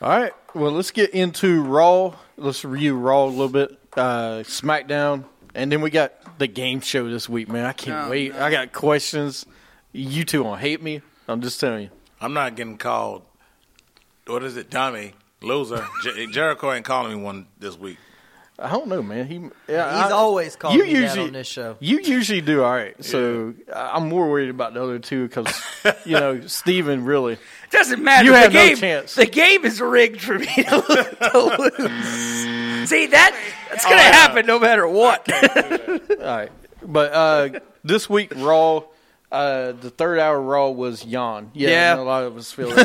Speaker 2: All right. Well, let's get into Raw. Let's review Raw a little bit. Uh, SmackDown, and then we got the game show this week, man. I can't
Speaker 5: Oh,
Speaker 3: No,
Speaker 2: wait. I got questions. You two gonna hate me. I'm just telling you.
Speaker 4: I'm not getting called. What is it, dummy, loser? Jer- Jericho ain't calling me one this week.
Speaker 2: I don't know, man. He
Speaker 5: He's always called
Speaker 2: you
Speaker 5: me that
Speaker 2: usually,
Speaker 5: on this show.
Speaker 2: You usually do all right. So I I'm more worried about the other two because you know Steven really.
Speaker 3: Doesn't matter.
Speaker 2: You
Speaker 3: the
Speaker 2: had no
Speaker 3: game,
Speaker 2: chance.
Speaker 3: The game is rigged for me to, lo- to lose. See that?
Speaker 2: Oh,
Speaker 3: That's gonna happen no matter what.
Speaker 2: All right. But uh, this week, Raw, uh, the third hour Raw was yawn. Yeah,
Speaker 3: Yeah.
Speaker 2: a lot of us feel it.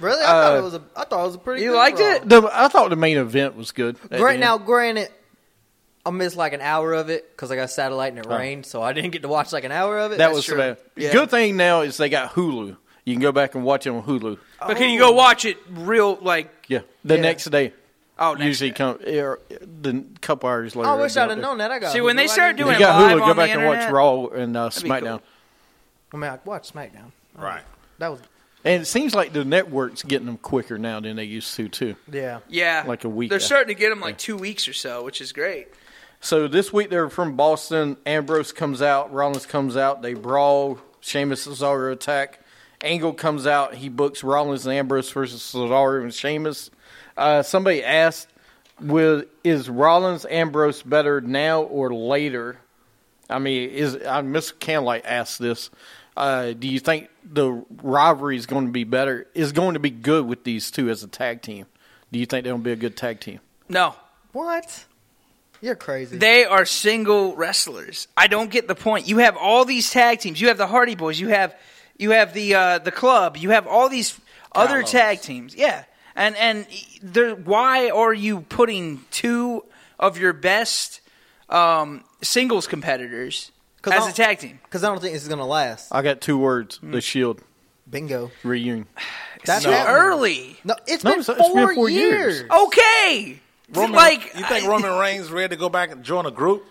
Speaker 5: Really, I thought it was a. I thought Uh, it was a pretty.
Speaker 3: you
Speaker 5: good
Speaker 3: liked
Speaker 5: Raw.
Speaker 3: it?
Speaker 2: The- I thought the main event was good. at the
Speaker 5: Right
Speaker 2: end.
Speaker 5: now, granted, I missed like an hour of it because I got satellite and it rained, so I didn't get to watch like an hour of it.
Speaker 2: Oh. that
Speaker 5: That's
Speaker 2: was
Speaker 5: true.
Speaker 2: bad.
Speaker 5: Yeah.
Speaker 2: Good thing now is they got Hulu. You can go back and watch it on Hulu.
Speaker 3: But can you go watch it real like?
Speaker 2: Yeah, the
Speaker 5: Yeah.
Speaker 2: next day.
Speaker 3: Oh, next
Speaker 2: usually come er, the couple hours later.
Speaker 5: I wish
Speaker 2: they'll
Speaker 5: I'd have
Speaker 2: do.
Speaker 5: known that. I got.
Speaker 3: See, when
Speaker 5: Hulu,
Speaker 3: they
Speaker 5: I
Speaker 3: started
Speaker 5: didn't-
Speaker 2: You
Speaker 3: doing
Speaker 2: got
Speaker 3: live
Speaker 2: Hulu.
Speaker 3: on
Speaker 2: Go back
Speaker 3: the
Speaker 2: and watch
Speaker 3: internet?
Speaker 2: Raw and uh,
Speaker 3: be
Speaker 2: SmackDown.
Speaker 3: cool.
Speaker 5: I mean, I watched SmackDown.
Speaker 4: Right.
Speaker 5: That was
Speaker 2: And it seems like the network's getting them quicker now than they used to too.
Speaker 5: yeah.
Speaker 3: Yeah,
Speaker 2: Like a week
Speaker 3: They're
Speaker 2: after.
Speaker 3: starting to get them like two weeks or so, which is great.
Speaker 2: So this week they're from Boston. Ambrose comes out. Rollins comes out. They brawl. Sheamus Cesaro attack. Angle comes out. He books Rollins and Ambrose versus Cesaro and Sheamus. Uh, somebody asked, "Will is Rollins Ambrose better now or later?" I mean, is I Miss Canlight asked this? Uh, do you think the rivalry is going to be better? Is going to be good with these two as a tag team? Do you think they'll be a good tag team?
Speaker 3: No,
Speaker 5: What? You're crazy.
Speaker 3: they are single wrestlers. I don't get the point. You have all these tag teams. You have the Hardy Boys. You have you have the uh, the club. You have all these other
Speaker 2: Columns.
Speaker 3: tag teams. Yeah, and and there. Why are you putting two of your best um, singles competitors
Speaker 5: 'Cause
Speaker 3: as
Speaker 5: I'll-
Speaker 3: a tag team?
Speaker 5: Because I don't think this is gonna last.
Speaker 2: I got two words: the Shield.
Speaker 5: Bingo.
Speaker 2: reunion.
Speaker 5: That's
Speaker 3: Too
Speaker 5: happening.
Speaker 3: early.
Speaker 5: No, it's
Speaker 2: No,
Speaker 5: been,
Speaker 2: it's- it's
Speaker 5: four
Speaker 2: been four
Speaker 5: years.
Speaker 3: Oh,
Speaker 2: years.
Speaker 3: Okay.
Speaker 4: Roman,
Speaker 3: like
Speaker 4: you think
Speaker 3: I-
Speaker 4: Roman Reigns ready to go back and join a group?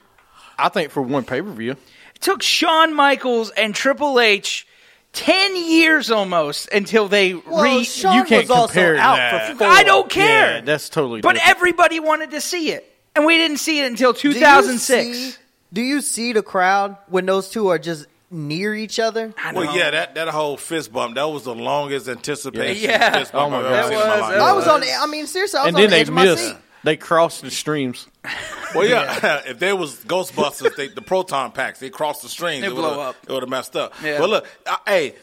Speaker 2: I think for one pay per view.
Speaker 3: took Shawn Michaels and Triple H ten years almost until they
Speaker 5: Well,
Speaker 3: re.
Speaker 5: Shawn
Speaker 2: you can't
Speaker 5: was also
Speaker 2: compare
Speaker 5: out
Speaker 2: that.
Speaker 5: for four.
Speaker 3: I don't care.
Speaker 2: Yeah, that's totally.
Speaker 3: but
Speaker 2: different.
Speaker 3: everybody wanted to see it, and we didn't see it until
Speaker 5: Do you
Speaker 3: 2006.
Speaker 5: see- Do you see the crowd when those two are just near each other?
Speaker 3: I know.
Speaker 4: Well, yeah, that, that whole fist bump, that was the longest anticipation
Speaker 3: Yeah.
Speaker 4: fist bump
Speaker 2: Oh, my
Speaker 4: I've
Speaker 2: God.
Speaker 4: ever seen in
Speaker 3: That
Speaker 4: my
Speaker 3: was-
Speaker 4: life.
Speaker 3: that
Speaker 5: I was on. I mean, seriously, I was
Speaker 2: and
Speaker 5: on
Speaker 2: then
Speaker 5: the
Speaker 2: they
Speaker 5: edge of my
Speaker 2: missed.
Speaker 5: seat.
Speaker 2: They crossed the streams.
Speaker 4: Well, yeah, if there was Ghostbusters, they, the proton packs, they crossed the streams.
Speaker 3: They
Speaker 4: it
Speaker 3: blow
Speaker 4: would've-
Speaker 3: up.
Speaker 4: It would have messed up.
Speaker 3: Yeah.
Speaker 4: But look, I, hey,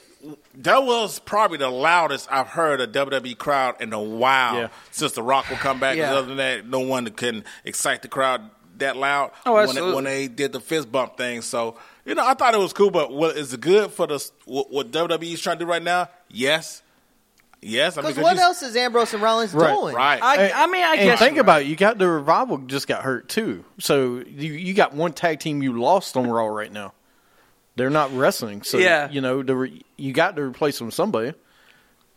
Speaker 4: that was probably the loudest I've heard a WWE E crowd in a while
Speaker 2: Yeah.
Speaker 4: since The Rock would come back. 'Cause
Speaker 3: Yeah.
Speaker 4: Other than that, no one can excite the crowd that loud
Speaker 3: Oh,
Speaker 4: when, they,
Speaker 3: absolutely.
Speaker 4: when they did the fist bump thing. So, you know, I thought it was cool, but what, is it good for the, what, what WWE is trying to do right now? Yes. Yes. I mean,
Speaker 5: Because
Speaker 4: 'cause
Speaker 5: what
Speaker 4: you-
Speaker 5: else is Ambrose and Rollins
Speaker 2: Right.
Speaker 5: doing?
Speaker 4: Right.
Speaker 3: I, I mean, I
Speaker 2: and
Speaker 3: guess
Speaker 2: think
Speaker 3: you're
Speaker 2: about it. You got the revival just got hurt too. So you you got one tag team you lost on Raw right now. They're not wrestling, so
Speaker 3: Yeah.
Speaker 2: you know the re, you got to replace them with somebody.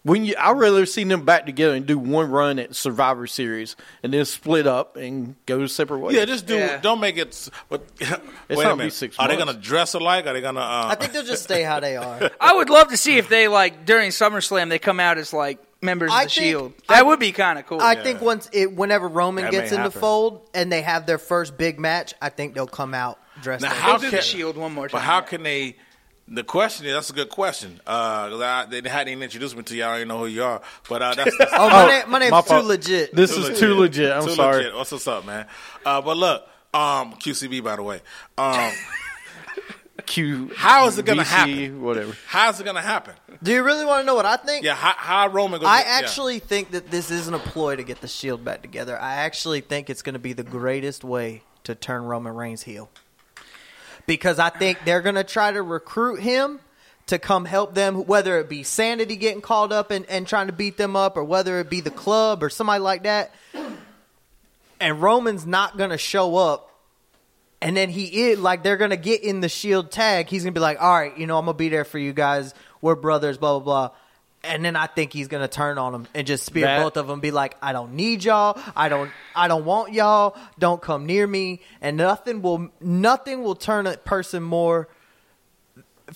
Speaker 2: When you, I'd rather see them back together and do one run at Survivor Series and then split up and go separate ways.
Speaker 4: Yeah, just do.
Speaker 3: Yeah.
Speaker 4: Don't make it. s- But wait
Speaker 2: not
Speaker 4: a
Speaker 2: be
Speaker 4: minute.
Speaker 2: six
Speaker 4: Are they
Speaker 2: months.
Speaker 4: gonna dress alike? Are they gonna? Uh,
Speaker 5: I think they'll just stay how they are.
Speaker 3: I would love to see if they like during SummerSlam they come out as like members
Speaker 5: I
Speaker 3: of the
Speaker 5: think-
Speaker 3: Shield. That would be kind of cool.
Speaker 5: I think once it, whenever Roman
Speaker 4: That
Speaker 5: gets
Speaker 4: may
Speaker 5: in the
Speaker 4: happen.
Speaker 5: fold and they have their first big match, I think they'll come out dressed.
Speaker 4: Now,
Speaker 5: up.
Speaker 4: how
Speaker 3: do the
Speaker 4: can
Speaker 3: Shield one more
Speaker 4: But
Speaker 3: time,
Speaker 4: how
Speaker 3: yeah.
Speaker 4: can they? The question is that's a good question. Uh, 'cause I, they hadn't even introduced me to you. I don't even know who you are. But uh, that's, that's
Speaker 5: oh, my, name, my name's
Speaker 2: my
Speaker 5: too
Speaker 2: fault.
Speaker 5: legit.
Speaker 2: This is too legit. I'm
Speaker 4: Too
Speaker 2: sorry.
Speaker 4: legit. What's, what's up, man? Uh, but look, um, QCB by the way. Um,
Speaker 2: Q.
Speaker 4: How is it gonna
Speaker 2: VC,
Speaker 4: happen?
Speaker 2: Whatever.
Speaker 4: how's it gonna happen?
Speaker 5: do you really want to know what I think?
Speaker 4: Yeah, how, how Roman? Gonna
Speaker 5: I
Speaker 4: get- yeah.
Speaker 5: actually think that this isn't a ploy to get the Shield back together. I actually think it's going to be the greatest way to turn Roman Reigns heel. Because I think they're going to try to recruit him to come help them, whether it be Sanity getting called up and, and trying to beat them up, or whether it be the club or somebody like that. and Roman's not gonna show up, and then he is like they're gonna get in the Shield tag. He's gonna be like, all right, you know, I'm gonna be there for you guys. We're brothers, blah blah blah. And then I think he's gonna turn on him and just spear
Speaker 2: That-
Speaker 5: both of them. Be like, I don't need y'all. I don't. I don't want y'all. Don't come near me. And nothing will. Nothing will turn a person more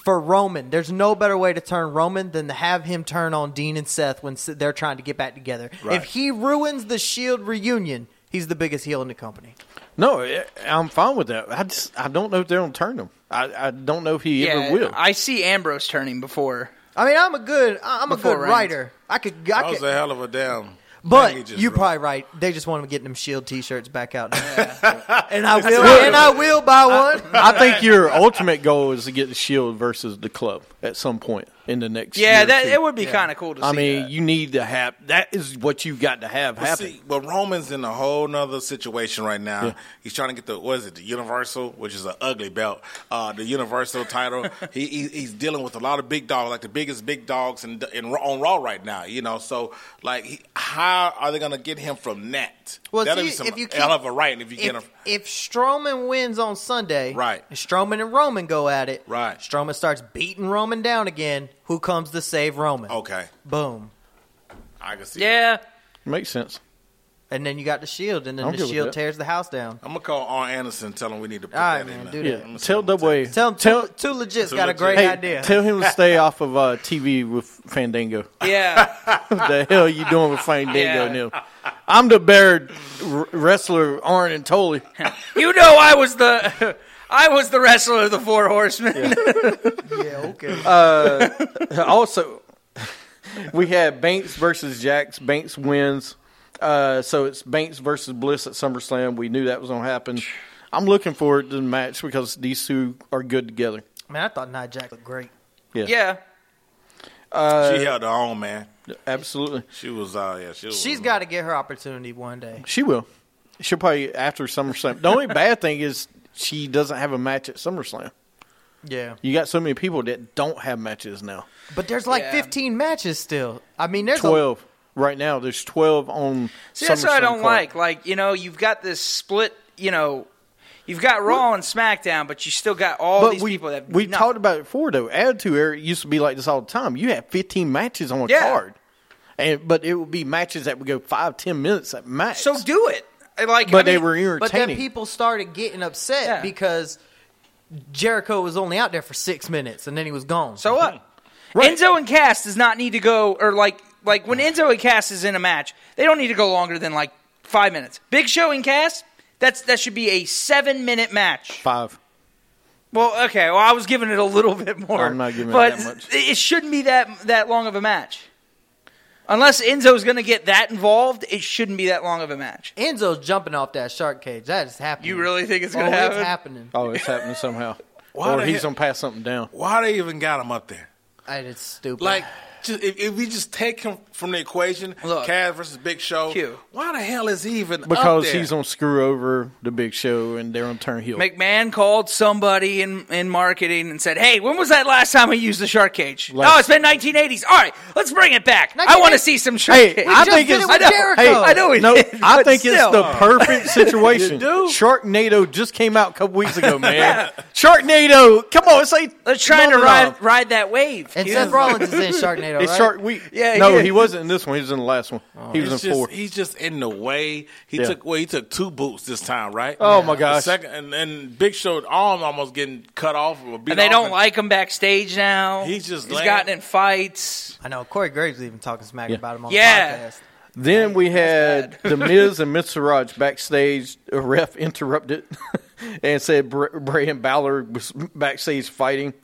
Speaker 5: for Roman. There's no better way to turn Roman than to have him turn on Dean and Seth when s- they're trying to get back together. If he ruins the Shield E reunion, he's the biggest heel in the company.
Speaker 2: No, I- I'm fine with that. I just I don't know if they're gonna turn him. I, I don't know if he
Speaker 3: Yeah,
Speaker 2: ever will.
Speaker 3: I see Ambrose turning before.
Speaker 5: I mean, I'm a good, I- I'm a
Speaker 3: Before
Speaker 5: good
Speaker 3: Reigns.
Speaker 5: writer. I could,
Speaker 4: That
Speaker 5: I
Speaker 4: was
Speaker 5: could
Speaker 4: a hell of a damn. thing he
Speaker 5: but
Speaker 4: just
Speaker 5: you're
Speaker 4: wrote.
Speaker 5: probably right. They just want him getting them Shield E T-shirts back out, now. and I will, and I will buy one.
Speaker 2: I think your ultimate goal is to get the Shield versus the club at some point in the next. year
Speaker 3: Yeah,
Speaker 2: or
Speaker 3: that
Speaker 2: two.
Speaker 3: it would be kind of cool to see.
Speaker 2: I mean,
Speaker 3: that.
Speaker 2: you need to have. That is what you got to have
Speaker 4: But
Speaker 2: happen.
Speaker 4: see, but Roman's in a whole nother situation right now. He's trying to get the what is it, the Universal, which is an ugly belt, uh, the Universal title. he, he he's dealing with a lot of big dogs, like the biggest big dogs in, in Raw- on Raw right now. You know, so like, he, how are they going to get him from that?
Speaker 5: Well,
Speaker 4: That'll
Speaker 5: see,
Speaker 4: be some
Speaker 5: if you keep-
Speaker 4: hell of a right. If you get him,
Speaker 5: If, if Strowman wins on Sunday,
Speaker 4: Right.
Speaker 5: and Strowman and Roman go at it,
Speaker 4: Right.
Speaker 5: Strowman starts beating Roman down again. Who comes to save Roman?
Speaker 4: okay,
Speaker 5: boom.
Speaker 4: I can see. it.
Speaker 3: yeah,
Speaker 2: Makes sense.
Speaker 5: And then you got the shield, and then
Speaker 2: I'm
Speaker 5: the
Speaker 2: good with
Speaker 5: shield
Speaker 2: that.
Speaker 5: tears the house down.
Speaker 4: I'm gonna call Arn Anderson, tell him we need to put
Speaker 5: All right,
Speaker 4: that
Speaker 5: man,
Speaker 4: in.
Speaker 5: do
Speaker 4: there.
Speaker 5: that.
Speaker 4: I'm
Speaker 2: Yeah,
Speaker 4: gonna
Speaker 2: tell
Speaker 4: send him
Speaker 2: the
Speaker 4: a
Speaker 2: way.
Speaker 5: Tell him
Speaker 2: Tell-
Speaker 5: two, two legits
Speaker 4: Two
Speaker 5: got a
Speaker 4: Legits.
Speaker 5: great
Speaker 2: Hey,
Speaker 5: idea.
Speaker 2: tell him to stay off of uh, TV with Fandango.
Speaker 3: yeah.
Speaker 2: What the hell you doing with Fandango
Speaker 3: Yeah.
Speaker 2: now? I'm the bear r- wrestler, Arn and Tully.
Speaker 3: you know, I was the I was the wrestler of the Four Horsemen.
Speaker 5: yeah, okay.
Speaker 2: Uh, also, we had Banks versus Jax. Banks wins. Uh, so it's Banks versus Bliss at SummerSlam. We knew that was going to happen. I'm looking forward to the match because these two are good together.
Speaker 5: man, I thought Nia Jack looked great.
Speaker 3: yeah,
Speaker 4: text. She held her own, man.
Speaker 2: Absolutely.
Speaker 4: She was, uh, yeah, she was.
Speaker 5: She's got to get her opportunity one day.
Speaker 2: She will. She'll probably after SummerSlam. The only bad thing is she doesn't have a match at SummerSlam.
Speaker 5: Yeah,
Speaker 2: You got so many people that don't have matches now.
Speaker 5: but there's like
Speaker 3: Yeah.
Speaker 5: 15 matches still. I mean, there's a-
Speaker 2: 12 right now. There's 12 on
Speaker 3: See, that's what I
Speaker 2: SummerSlam
Speaker 3: don't
Speaker 2: card.
Speaker 3: like. Like, you know, you've got this split, you know, you've got Raw and SmackDown, but you still got all
Speaker 2: But
Speaker 3: these
Speaker 2: we
Speaker 3: people that
Speaker 2: we
Speaker 3: no.
Speaker 2: talked about it before though. Attitude era used to be like this all the time. You had 15 matches on a
Speaker 3: Yeah.
Speaker 2: card, and but it would be matches that would go five ten minutes at max.
Speaker 3: So do it. Like,
Speaker 2: but
Speaker 3: I mean,
Speaker 2: they were
Speaker 5: But then
Speaker 2: entertaining.
Speaker 5: people started getting upset
Speaker 3: Yeah.
Speaker 5: because Jericho was only out there for six minutes and then he was gone.
Speaker 3: So what?
Speaker 2: Mm-hmm.
Speaker 3: Enzo and Cass does not need to go, or like, like when Enzo and Cass is in a match, they don't need to go longer than like five minutes. Big Show and Cass, that's that should be a seven minute match.
Speaker 2: five.
Speaker 3: Well, okay. Well, I was giving it a little bit more.
Speaker 2: I'm not giving it
Speaker 3: but
Speaker 2: that much.
Speaker 3: It shouldn't be that that long of a match. Unless Enzo's going to get that involved, it shouldn't be that long of a match.
Speaker 5: Enzo's jumping off that shark cage. That is happening.
Speaker 3: You really think it's
Speaker 5: Oh,
Speaker 3: going to happen?
Speaker 5: It's happening.
Speaker 2: Oh, it's happening somehow.
Speaker 4: Why
Speaker 2: or
Speaker 4: the
Speaker 2: he's
Speaker 4: hell-
Speaker 2: gonna pass something down.
Speaker 4: Why they even got him up there?
Speaker 5: And it's stupid.
Speaker 4: Like, just, if, if we just take him from the equation,
Speaker 3: Look.
Speaker 4: Cad versus Big Show,
Speaker 3: Q.
Speaker 4: why the hell is he even up
Speaker 2: Because
Speaker 4: there?
Speaker 2: he's gonna screw over the big show and they're gonna turn heel.
Speaker 3: McMahon called somebody in, in marketing and said, "Hey, when was that last time we used the shark cage?
Speaker 2: Last-
Speaker 3: oh, it's been 1980s. All right, let's bring it back. I want to
Speaker 5: 1980s.
Speaker 3: see some shark
Speaker 2: Hey,
Speaker 3: cage.
Speaker 2: I
Speaker 5: just
Speaker 2: think
Speaker 5: did
Speaker 2: it's
Speaker 5: it with Jericho.
Speaker 2: Hey,
Speaker 3: I know we
Speaker 2: no,
Speaker 3: did,
Speaker 2: I
Speaker 3: but
Speaker 2: think
Speaker 3: still.
Speaker 2: it's the perfect situation. Sharknado just came out a couple weeks ago, man. Sharknado, come on, it's like
Speaker 3: They're trying to
Speaker 2: no, no, no.
Speaker 3: ride ride that wave.
Speaker 5: and
Speaker 3: Q.
Speaker 5: Seth Rollins is in Sharknado,
Speaker 2: It's
Speaker 5: right?
Speaker 2: Shark Week.
Speaker 3: Yeah,
Speaker 2: no,
Speaker 3: yeah.
Speaker 2: he wasn't in this one. He was in the last one. he was in
Speaker 4: It's just-
Speaker 2: four.
Speaker 4: He's just in the way. He
Speaker 2: Yeah.
Speaker 4: took well, he took two boots this time, right?
Speaker 2: Oh, my
Speaker 4: The
Speaker 2: gosh.
Speaker 4: Second and, and Big Show arm almost getting cut off or beat
Speaker 3: and they
Speaker 4: off
Speaker 3: don't like him backstage now.
Speaker 4: He's just
Speaker 3: he's
Speaker 4: laying-
Speaker 3: gotten in fights.
Speaker 5: I know. Corey Graves even talking smack about him on
Speaker 3: Yeah.
Speaker 5: the podcast.
Speaker 2: Then we had the Miz and Miz Raj backstage. A ref interrupted and said Br- Bray and Balor was backstage fighting.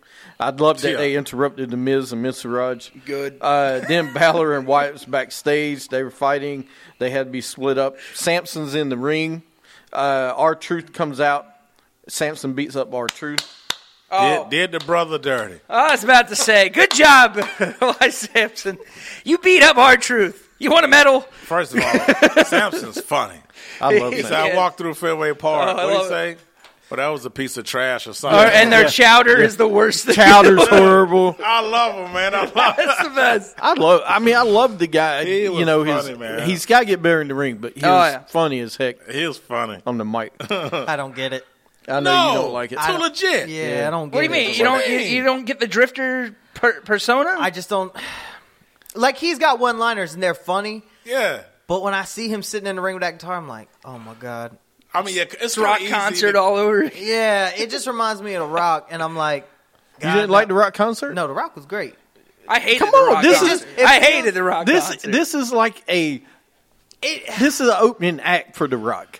Speaker 2: I'd love that
Speaker 4: Yeah.
Speaker 2: they interrupted the Miz and Miz Raj. Good. Uh, then Balor and Wyatt was backstage. They were fighting. They had to be split up. Samson's in the ring. Uh, Our Truth comes out. Samson beats up Our Truth.
Speaker 3: Oh,
Speaker 4: Did, did the brother dirty?
Speaker 3: I was about to say, good job, Eli Sampson. You beat up our truth. You want a medal?
Speaker 4: First of all, Samson's funny.
Speaker 2: I love
Speaker 4: He said,
Speaker 2: that.
Speaker 4: "I walked through Fairway Park."
Speaker 3: Oh, I
Speaker 4: what do
Speaker 3: love
Speaker 4: you say? But that was a piece of trash or something.
Speaker 3: Or- and their chowder is the worst thing.
Speaker 2: Chowder's horrible.
Speaker 4: I love him, man. I love him.
Speaker 3: That's the best.
Speaker 2: I love. I mean, I love the guy.
Speaker 4: He was
Speaker 2: you know,
Speaker 4: funny,
Speaker 2: his,
Speaker 4: man.
Speaker 2: he's got to get better in the ring, but he's
Speaker 3: Oh, yeah.
Speaker 2: funny as heck
Speaker 4: He was funny.
Speaker 2: on the mic. I
Speaker 5: I don't get it.
Speaker 2: know
Speaker 4: No,
Speaker 2: you don't like it.
Speaker 4: Too legit.
Speaker 5: Yeah, I don't get
Speaker 3: What do
Speaker 5: it.
Speaker 3: you mean? You don't you,
Speaker 4: mean?
Speaker 3: you don't get the drifter per- persona?
Speaker 5: I just don't. Like he's got one-liners and they're funny,
Speaker 4: Yeah.
Speaker 5: but when I see him sitting in the ring with that guitar, I'm like, oh my god.
Speaker 4: I mean, yeah, it's
Speaker 3: rock
Speaker 4: kinda easy
Speaker 3: concert
Speaker 4: to-
Speaker 3: all over.
Speaker 5: Yeah, it just reminds me of the Rock, and I'm like,
Speaker 2: You didn't like the rock concert?
Speaker 5: no, the Rock was great.
Speaker 3: I hated
Speaker 2: Come
Speaker 3: the
Speaker 2: on,
Speaker 3: rock
Speaker 2: this
Speaker 3: concert.
Speaker 2: is-
Speaker 3: I hated the rock
Speaker 2: This
Speaker 3: concert.
Speaker 2: this is like a. this is an opening act for the rock.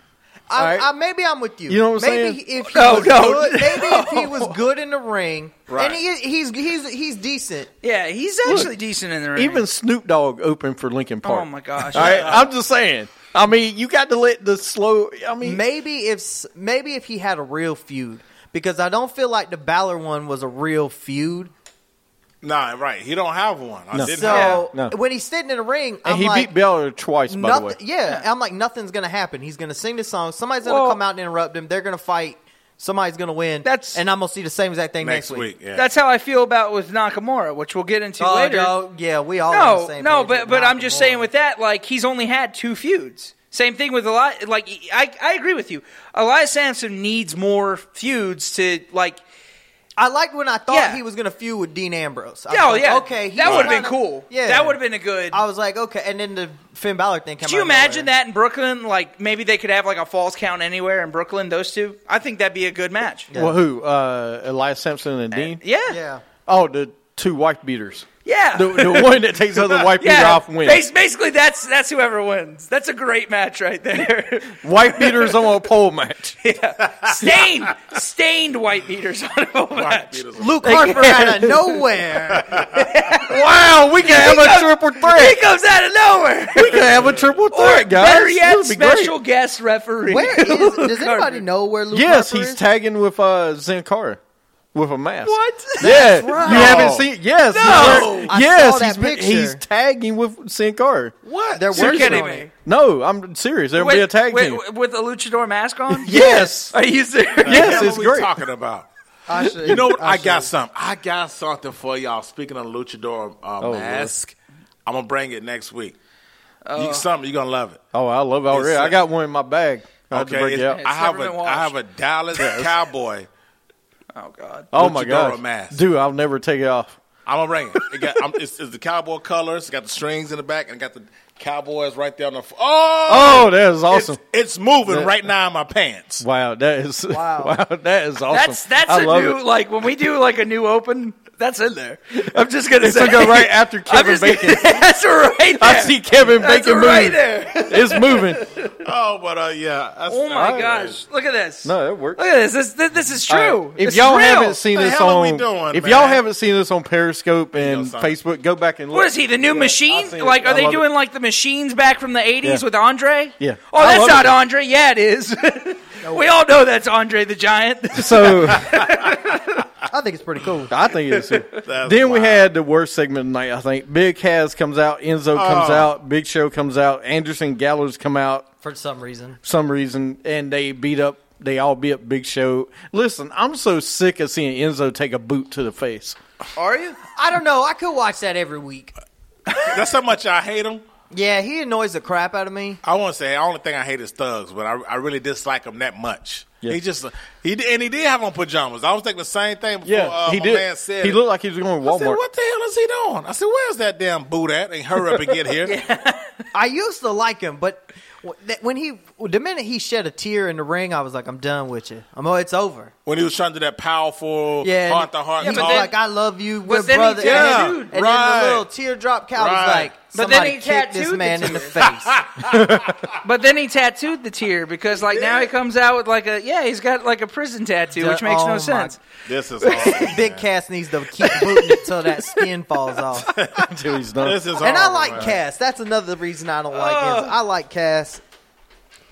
Speaker 5: I,
Speaker 2: Alright.
Speaker 5: I, maybe I'm with you.
Speaker 2: You know what I'm
Speaker 5: maybe
Speaker 2: saying?
Speaker 5: If he
Speaker 3: No,
Speaker 5: was
Speaker 3: no,
Speaker 5: good,
Speaker 3: no.
Speaker 5: Maybe if he was good in the ring,
Speaker 4: Right.
Speaker 5: and he, he's he's he's decent.
Speaker 3: yeah, he's actually decent in the ring.
Speaker 2: Even Snoop Dogg opened for Lincoln Park.
Speaker 3: oh my gosh.
Speaker 2: All right, I'm just saying. I mean, you got to let the slow. I mean,
Speaker 5: Maybe if s- maybe if he had a real feud, because I don't feel like the Balor one was a real feud.
Speaker 4: Nah, right. He don't have one. I didn't have one.
Speaker 5: So
Speaker 2: Yeah. No.
Speaker 5: when he's sitting in the ring, I'm
Speaker 2: and he
Speaker 5: like,
Speaker 2: beat Bella twice, by the way.
Speaker 5: nothing. Yeah, I'm like, nothing's gonna happen. He's gonna sing the song. Somebody's gonna
Speaker 3: Well-
Speaker 5: come out and interrupt him. They're gonna fight. Somebody's gonna win.
Speaker 3: That's-
Speaker 5: and I'm gonna see the same exact thing
Speaker 4: next
Speaker 5: next,
Speaker 4: week. Yeah.
Speaker 3: That's how I feel about with Nakamura, which we'll get into
Speaker 5: Oh,
Speaker 3: later.
Speaker 5: no, yeah, we all on the
Speaker 3: No,
Speaker 5: same
Speaker 3: no,
Speaker 5: page
Speaker 3: but
Speaker 5: with
Speaker 3: but I'm
Speaker 5: Nakamura.
Speaker 3: just saying with that, like he's only had two feuds. Same thing with Eli. Like I, I agree with you. Elias Sampson needs more feuds to like.
Speaker 5: I liked when I thought
Speaker 3: Yeah.
Speaker 5: he was gonna feud with Dean Ambrose. I was
Speaker 3: Oh
Speaker 5: like,
Speaker 3: yeah,
Speaker 5: okay,
Speaker 3: that
Speaker 5: he's
Speaker 3: would have been
Speaker 5: tryna-
Speaker 3: cool.
Speaker 5: Yeah,
Speaker 3: that would have been a good.
Speaker 5: I was like, okay, and then the Finn Balor thing came.
Speaker 3: Could you imagine that in Brooklyn? Like maybe they could have like a falls count anywhere in Brooklyn. Those two, I think that'd be a good match. Yeah,
Speaker 2: Well, who? Uh, Elias Sampson and Dean.
Speaker 3: yeah,
Speaker 5: Yeah,
Speaker 2: Oh, the two wife beaters.
Speaker 3: yeah.
Speaker 2: The, the one that takes other wife beater off wins.
Speaker 3: Bas- basically, that's that's whoever wins. That's a great match right there.
Speaker 2: Wife beaters on a pole match.
Speaker 3: stained, stained white beaters on a match.
Speaker 5: Luke Harper out of nowhere.
Speaker 2: wow, we can have a triple
Speaker 3: He
Speaker 2: threat.
Speaker 3: comes out of nowhere.
Speaker 2: We can have a triple
Speaker 3: Or
Speaker 2: threat, guys.
Speaker 3: better yet,
Speaker 2: This would be great.
Speaker 3: special guest referee.
Speaker 5: Where is? Does
Speaker 3: Carter.
Speaker 5: anybody know where Luke?
Speaker 2: Yes,
Speaker 5: Harper
Speaker 2: he's
Speaker 5: is?
Speaker 2: tagging with uh, Zankara with a mask.
Speaker 3: What?
Speaker 2: Yeah,
Speaker 5: right.
Speaker 2: you haven't seen. Yes, he's
Speaker 3: No.
Speaker 2: wearing-
Speaker 5: I
Speaker 2: yes,
Speaker 5: saw that
Speaker 2: he's been-
Speaker 5: picture.
Speaker 2: he's tagging with Sankara.
Speaker 4: what?
Speaker 5: They're
Speaker 3: You're
Speaker 5: working
Speaker 3: kidding
Speaker 5: on
Speaker 3: me.
Speaker 5: it.
Speaker 2: No, I'm serious. There'll be a
Speaker 3: Wait,
Speaker 2: tag
Speaker 3: wait,
Speaker 2: team.
Speaker 3: w- with a luchador mask on?
Speaker 2: yes,
Speaker 3: Are you serious?
Speaker 2: yes, it's
Speaker 4: what
Speaker 2: great.
Speaker 4: we talking about?
Speaker 5: I should-
Speaker 4: You know what? I got
Speaker 5: should-
Speaker 4: something. I got something for y'all. Speaking of luchador uh,
Speaker 2: Lord.
Speaker 4: mask, I'm gonna bring it next week.
Speaker 3: Uh,
Speaker 4: you, something you're gonna love it.
Speaker 2: Oh, I love it already.
Speaker 4: It's, uh,
Speaker 2: I got one in my bag. I have to break it
Speaker 4: it's-
Speaker 2: out.
Speaker 4: I have
Speaker 3: never
Speaker 4: a
Speaker 3: been washed.
Speaker 4: I have a Dallas Cowboy.
Speaker 3: Oh God.
Speaker 2: Oh my
Speaker 4: Luchador
Speaker 2: god,
Speaker 4: mask.
Speaker 2: dude! I'll never take it off.
Speaker 4: I'm gonna bring it. it got, I'm, it's, it's the cowboy colors. It's got the strings in the back, and it got the cowboys right there on the. F- oh,
Speaker 2: Oh, that is awesome!
Speaker 4: It's, it's moving
Speaker 2: That-
Speaker 4: right now in my pants.
Speaker 2: Wow, that is wow.
Speaker 5: Wow.
Speaker 2: that is awesome.
Speaker 3: That's that's
Speaker 2: I
Speaker 3: a
Speaker 2: love
Speaker 3: new
Speaker 2: it.
Speaker 3: like when we do like a new open. That's in there. I'm just gonna
Speaker 2: It's
Speaker 3: say
Speaker 2: gonna go right after
Speaker 3: I'm
Speaker 2: Kevin
Speaker 3: just gonna-
Speaker 2: Bacon.
Speaker 3: that's right there.
Speaker 2: I see Kevin
Speaker 3: that's
Speaker 2: Bacon
Speaker 3: right
Speaker 2: moving.
Speaker 3: there.
Speaker 2: It's moving.
Speaker 4: Oh, but uh, yeah. that's-
Speaker 3: Oh my
Speaker 2: Alright.
Speaker 3: gosh! Look at this.
Speaker 2: No, that works.
Speaker 3: Look at this. This this, this is true.
Speaker 2: All right. If
Speaker 3: This is
Speaker 2: y'all
Speaker 3: real.
Speaker 2: haven't seen
Speaker 4: The
Speaker 2: this
Speaker 4: hell are we
Speaker 2: on,
Speaker 4: doing,
Speaker 2: if
Speaker 4: man?
Speaker 2: y'all haven't seen this on Periscope and
Speaker 4: son.
Speaker 2: Facebook, go back and look.
Speaker 3: What is he? The new machine?
Speaker 2: I've seen it.
Speaker 3: Like,
Speaker 2: I
Speaker 3: are they
Speaker 2: love
Speaker 3: doing
Speaker 2: it.
Speaker 3: like the machines back from the '80s
Speaker 2: Yeah.
Speaker 3: with Andre?
Speaker 2: Yeah.
Speaker 3: Oh,
Speaker 2: I
Speaker 3: that's
Speaker 2: love
Speaker 3: not
Speaker 2: it.
Speaker 3: Andre. Yeah, it is. we all know that's Andre the Giant.
Speaker 2: So
Speaker 5: I think it's pretty cool.
Speaker 2: I think it's.
Speaker 4: That's
Speaker 2: then we
Speaker 4: wild.
Speaker 2: had the worst segment of the night. I think Big Has comes out, Enzo comes
Speaker 4: Oh.
Speaker 2: out, Big Show comes out, Anderson Gallows come out.
Speaker 5: For some reason,
Speaker 2: some reason, and they beat up. They all beat up Big Show. Listen, I'm so sick of seeing Enzo take a boot to the face.
Speaker 3: Are you?
Speaker 5: I don't know. I could watch that every week.
Speaker 4: That's how much I hate him.
Speaker 5: Yeah, he annoys the crap out of me.
Speaker 4: I want to say the only thing I hate is thugs, but I, I really dislike him that much.
Speaker 2: Yeah.
Speaker 4: He just he did- and he did have on pajamas. I was thinking the same thing before
Speaker 2: Yeah,
Speaker 4: uh,
Speaker 2: he
Speaker 4: my
Speaker 2: did.
Speaker 4: man said
Speaker 2: he
Speaker 4: it.
Speaker 2: looked like he was going to
Speaker 4: I said,
Speaker 2: Walmart.
Speaker 4: what the hell is he doing? I said, where's that damn boot at? And hurry up and get here.
Speaker 5: I used to like him, but wh- that- when he, the minute he shed a tear in the ring, I was like, I'm done with you. I'm, oh, it's over.
Speaker 4: When he was trying to do that powerful
Speaker 5: Yeah,
Speaker 4: heart to heart
Speaker 5: He
Speaker 3: Yeah,
Speaker 5: was
Speaker 3: but
Speaker 4: talk.
Speaker 3: then-
Speaker 5: like, I love you, we're
Speaker 3: But then he
Speaker 5: brother. and
Speaker 4: tattooed.
Speaker 5: then, and then
Speaker 4: Right.
Speaker 5: the little teardrop cow
Speaker 4: Right.
Speaker 5: was like,
Speaker 3: But then
Speaker 5: somebody
Speaker 3: he
Speaker 5: kicked this
Speaker 3: tattooed
Speaker 5: man
Speaker 3: the
Speaker 5: in the face.
Speaker 3: But then he tattooed the tear because, like, now he comes out with like a yeah, he's got like a prison tattoo, which makes
Speaker 5: Oh
Speaker 3: no
Speaker 5: my-
Speaker 3: sense.
Speaker 4: this is horrible,
Speaker 5: Big
Speaker 4: man.
Speaker 5: Cass needs to keep booting it till that skin falls off.
Speaker 2: Until he's done.
Speaker 4: This is
Speaker 5: And I
Speaker 4: horrible,
Speaker 5: like
Speaker 4: Oh, man.
Speaker 5: Cass. That's another reason I don't like him. I like Cass.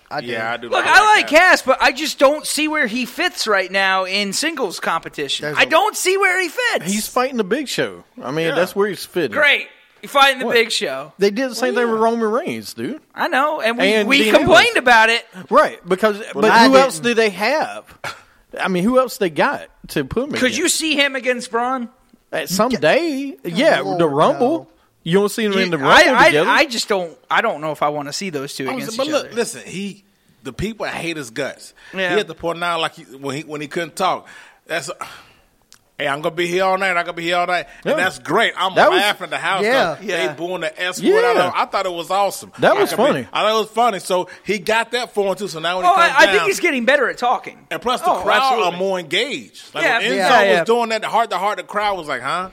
Speaker 5: I do.
Speaker 4: Yeah, I do.
Speaker 3: Look, I like
Speaker 4: that.
Speaker 3: Cass, but I just don't see where he fits right now in singles competition.
Speaker 5: There's
Speaker 3: I
Speaker 5: a-
Speaker 3: don't see where he fits.
Speaker 2: he's fighting the Big Show. I mean,
Speaker 4: Yeah.
Speaker 2: that's where he's fitting.
Speaker 3: great. You fighting the
Speaker 2: What?
Speaker 3: Big Show.
Speaker 2: They did the same thing with Roman Reigns, dude.
Speaker 3: I know, and we
Speaker 2: And
Speaker 3: we
Speaker 2: Dean
Speaker 3: complained about it.
Speaker 2: Right? Because, but
Speaker 5: I
Speaker 2: who else
Speaker 5: didn't.
Speaker 2: do they have? I mean, who else they got to put me?
Speaker 3: Could you see him against Braun?
Speaker 2: someday? Yeah,
Speaker 5: Lord,
Speaker 2: the Rumble.
Speaker 5: no.
Speaker 2: You don't see them in the Rumble
Speaker 3: I, I,
Speaker 2: together.
Speaker 3: I just don't. I don't know if I want to see those two
Speaker 4: I was-
Speaker 3: against
Speaker 4: Oh, but
Speaker 3: each
Speaker 4: look,
Speaker 3: other.
Speaker 4: listen, he the people hate his guts.
Speaker 3: Yeah.
Speaker 4: He had to point out like he, when he when he couldn't talk. That's hey, I'm gonna be here all night. I'm gonna be here all night,
Speaker 2: Yeah.
Speaker 4: and that's great. I'm
Speaker 2: That was-
Speaker 4: laughing the house.
Speaker 5: Yeah.
Speaker 4: up.
Speaker 3: Yeah.
Speaker 4: They booing the S word.
Speaker 2: Yeah.
Speaker 4: out of- I thought it was awesome.
Speaker 2: That
Speaker 4: I
Speaker 2: was
Speaker 4: could be-
Speaker 2: funny.
Speaker 4: I thought it was funny. So he got that for him too. So now when
Speaker 3: Oh,
Speaker 4: he comes
Speaker 3: I, I
Speaker 4: down,
Speaker 3: think he's getting better at talking.
Speaker 4: and plus the
Speaker 3: Oh,
Speaker 4: crowd
Speaker 3: absolutely.
Speaker 4: are more engaged. Like
Speaker 3: Yeah,
Speaker 4: when Enzo
Speaker 5: yeah,
Speaker 3: yeah.
Speaker 4: was doing that, the heart to heart, the crowd was like, huh?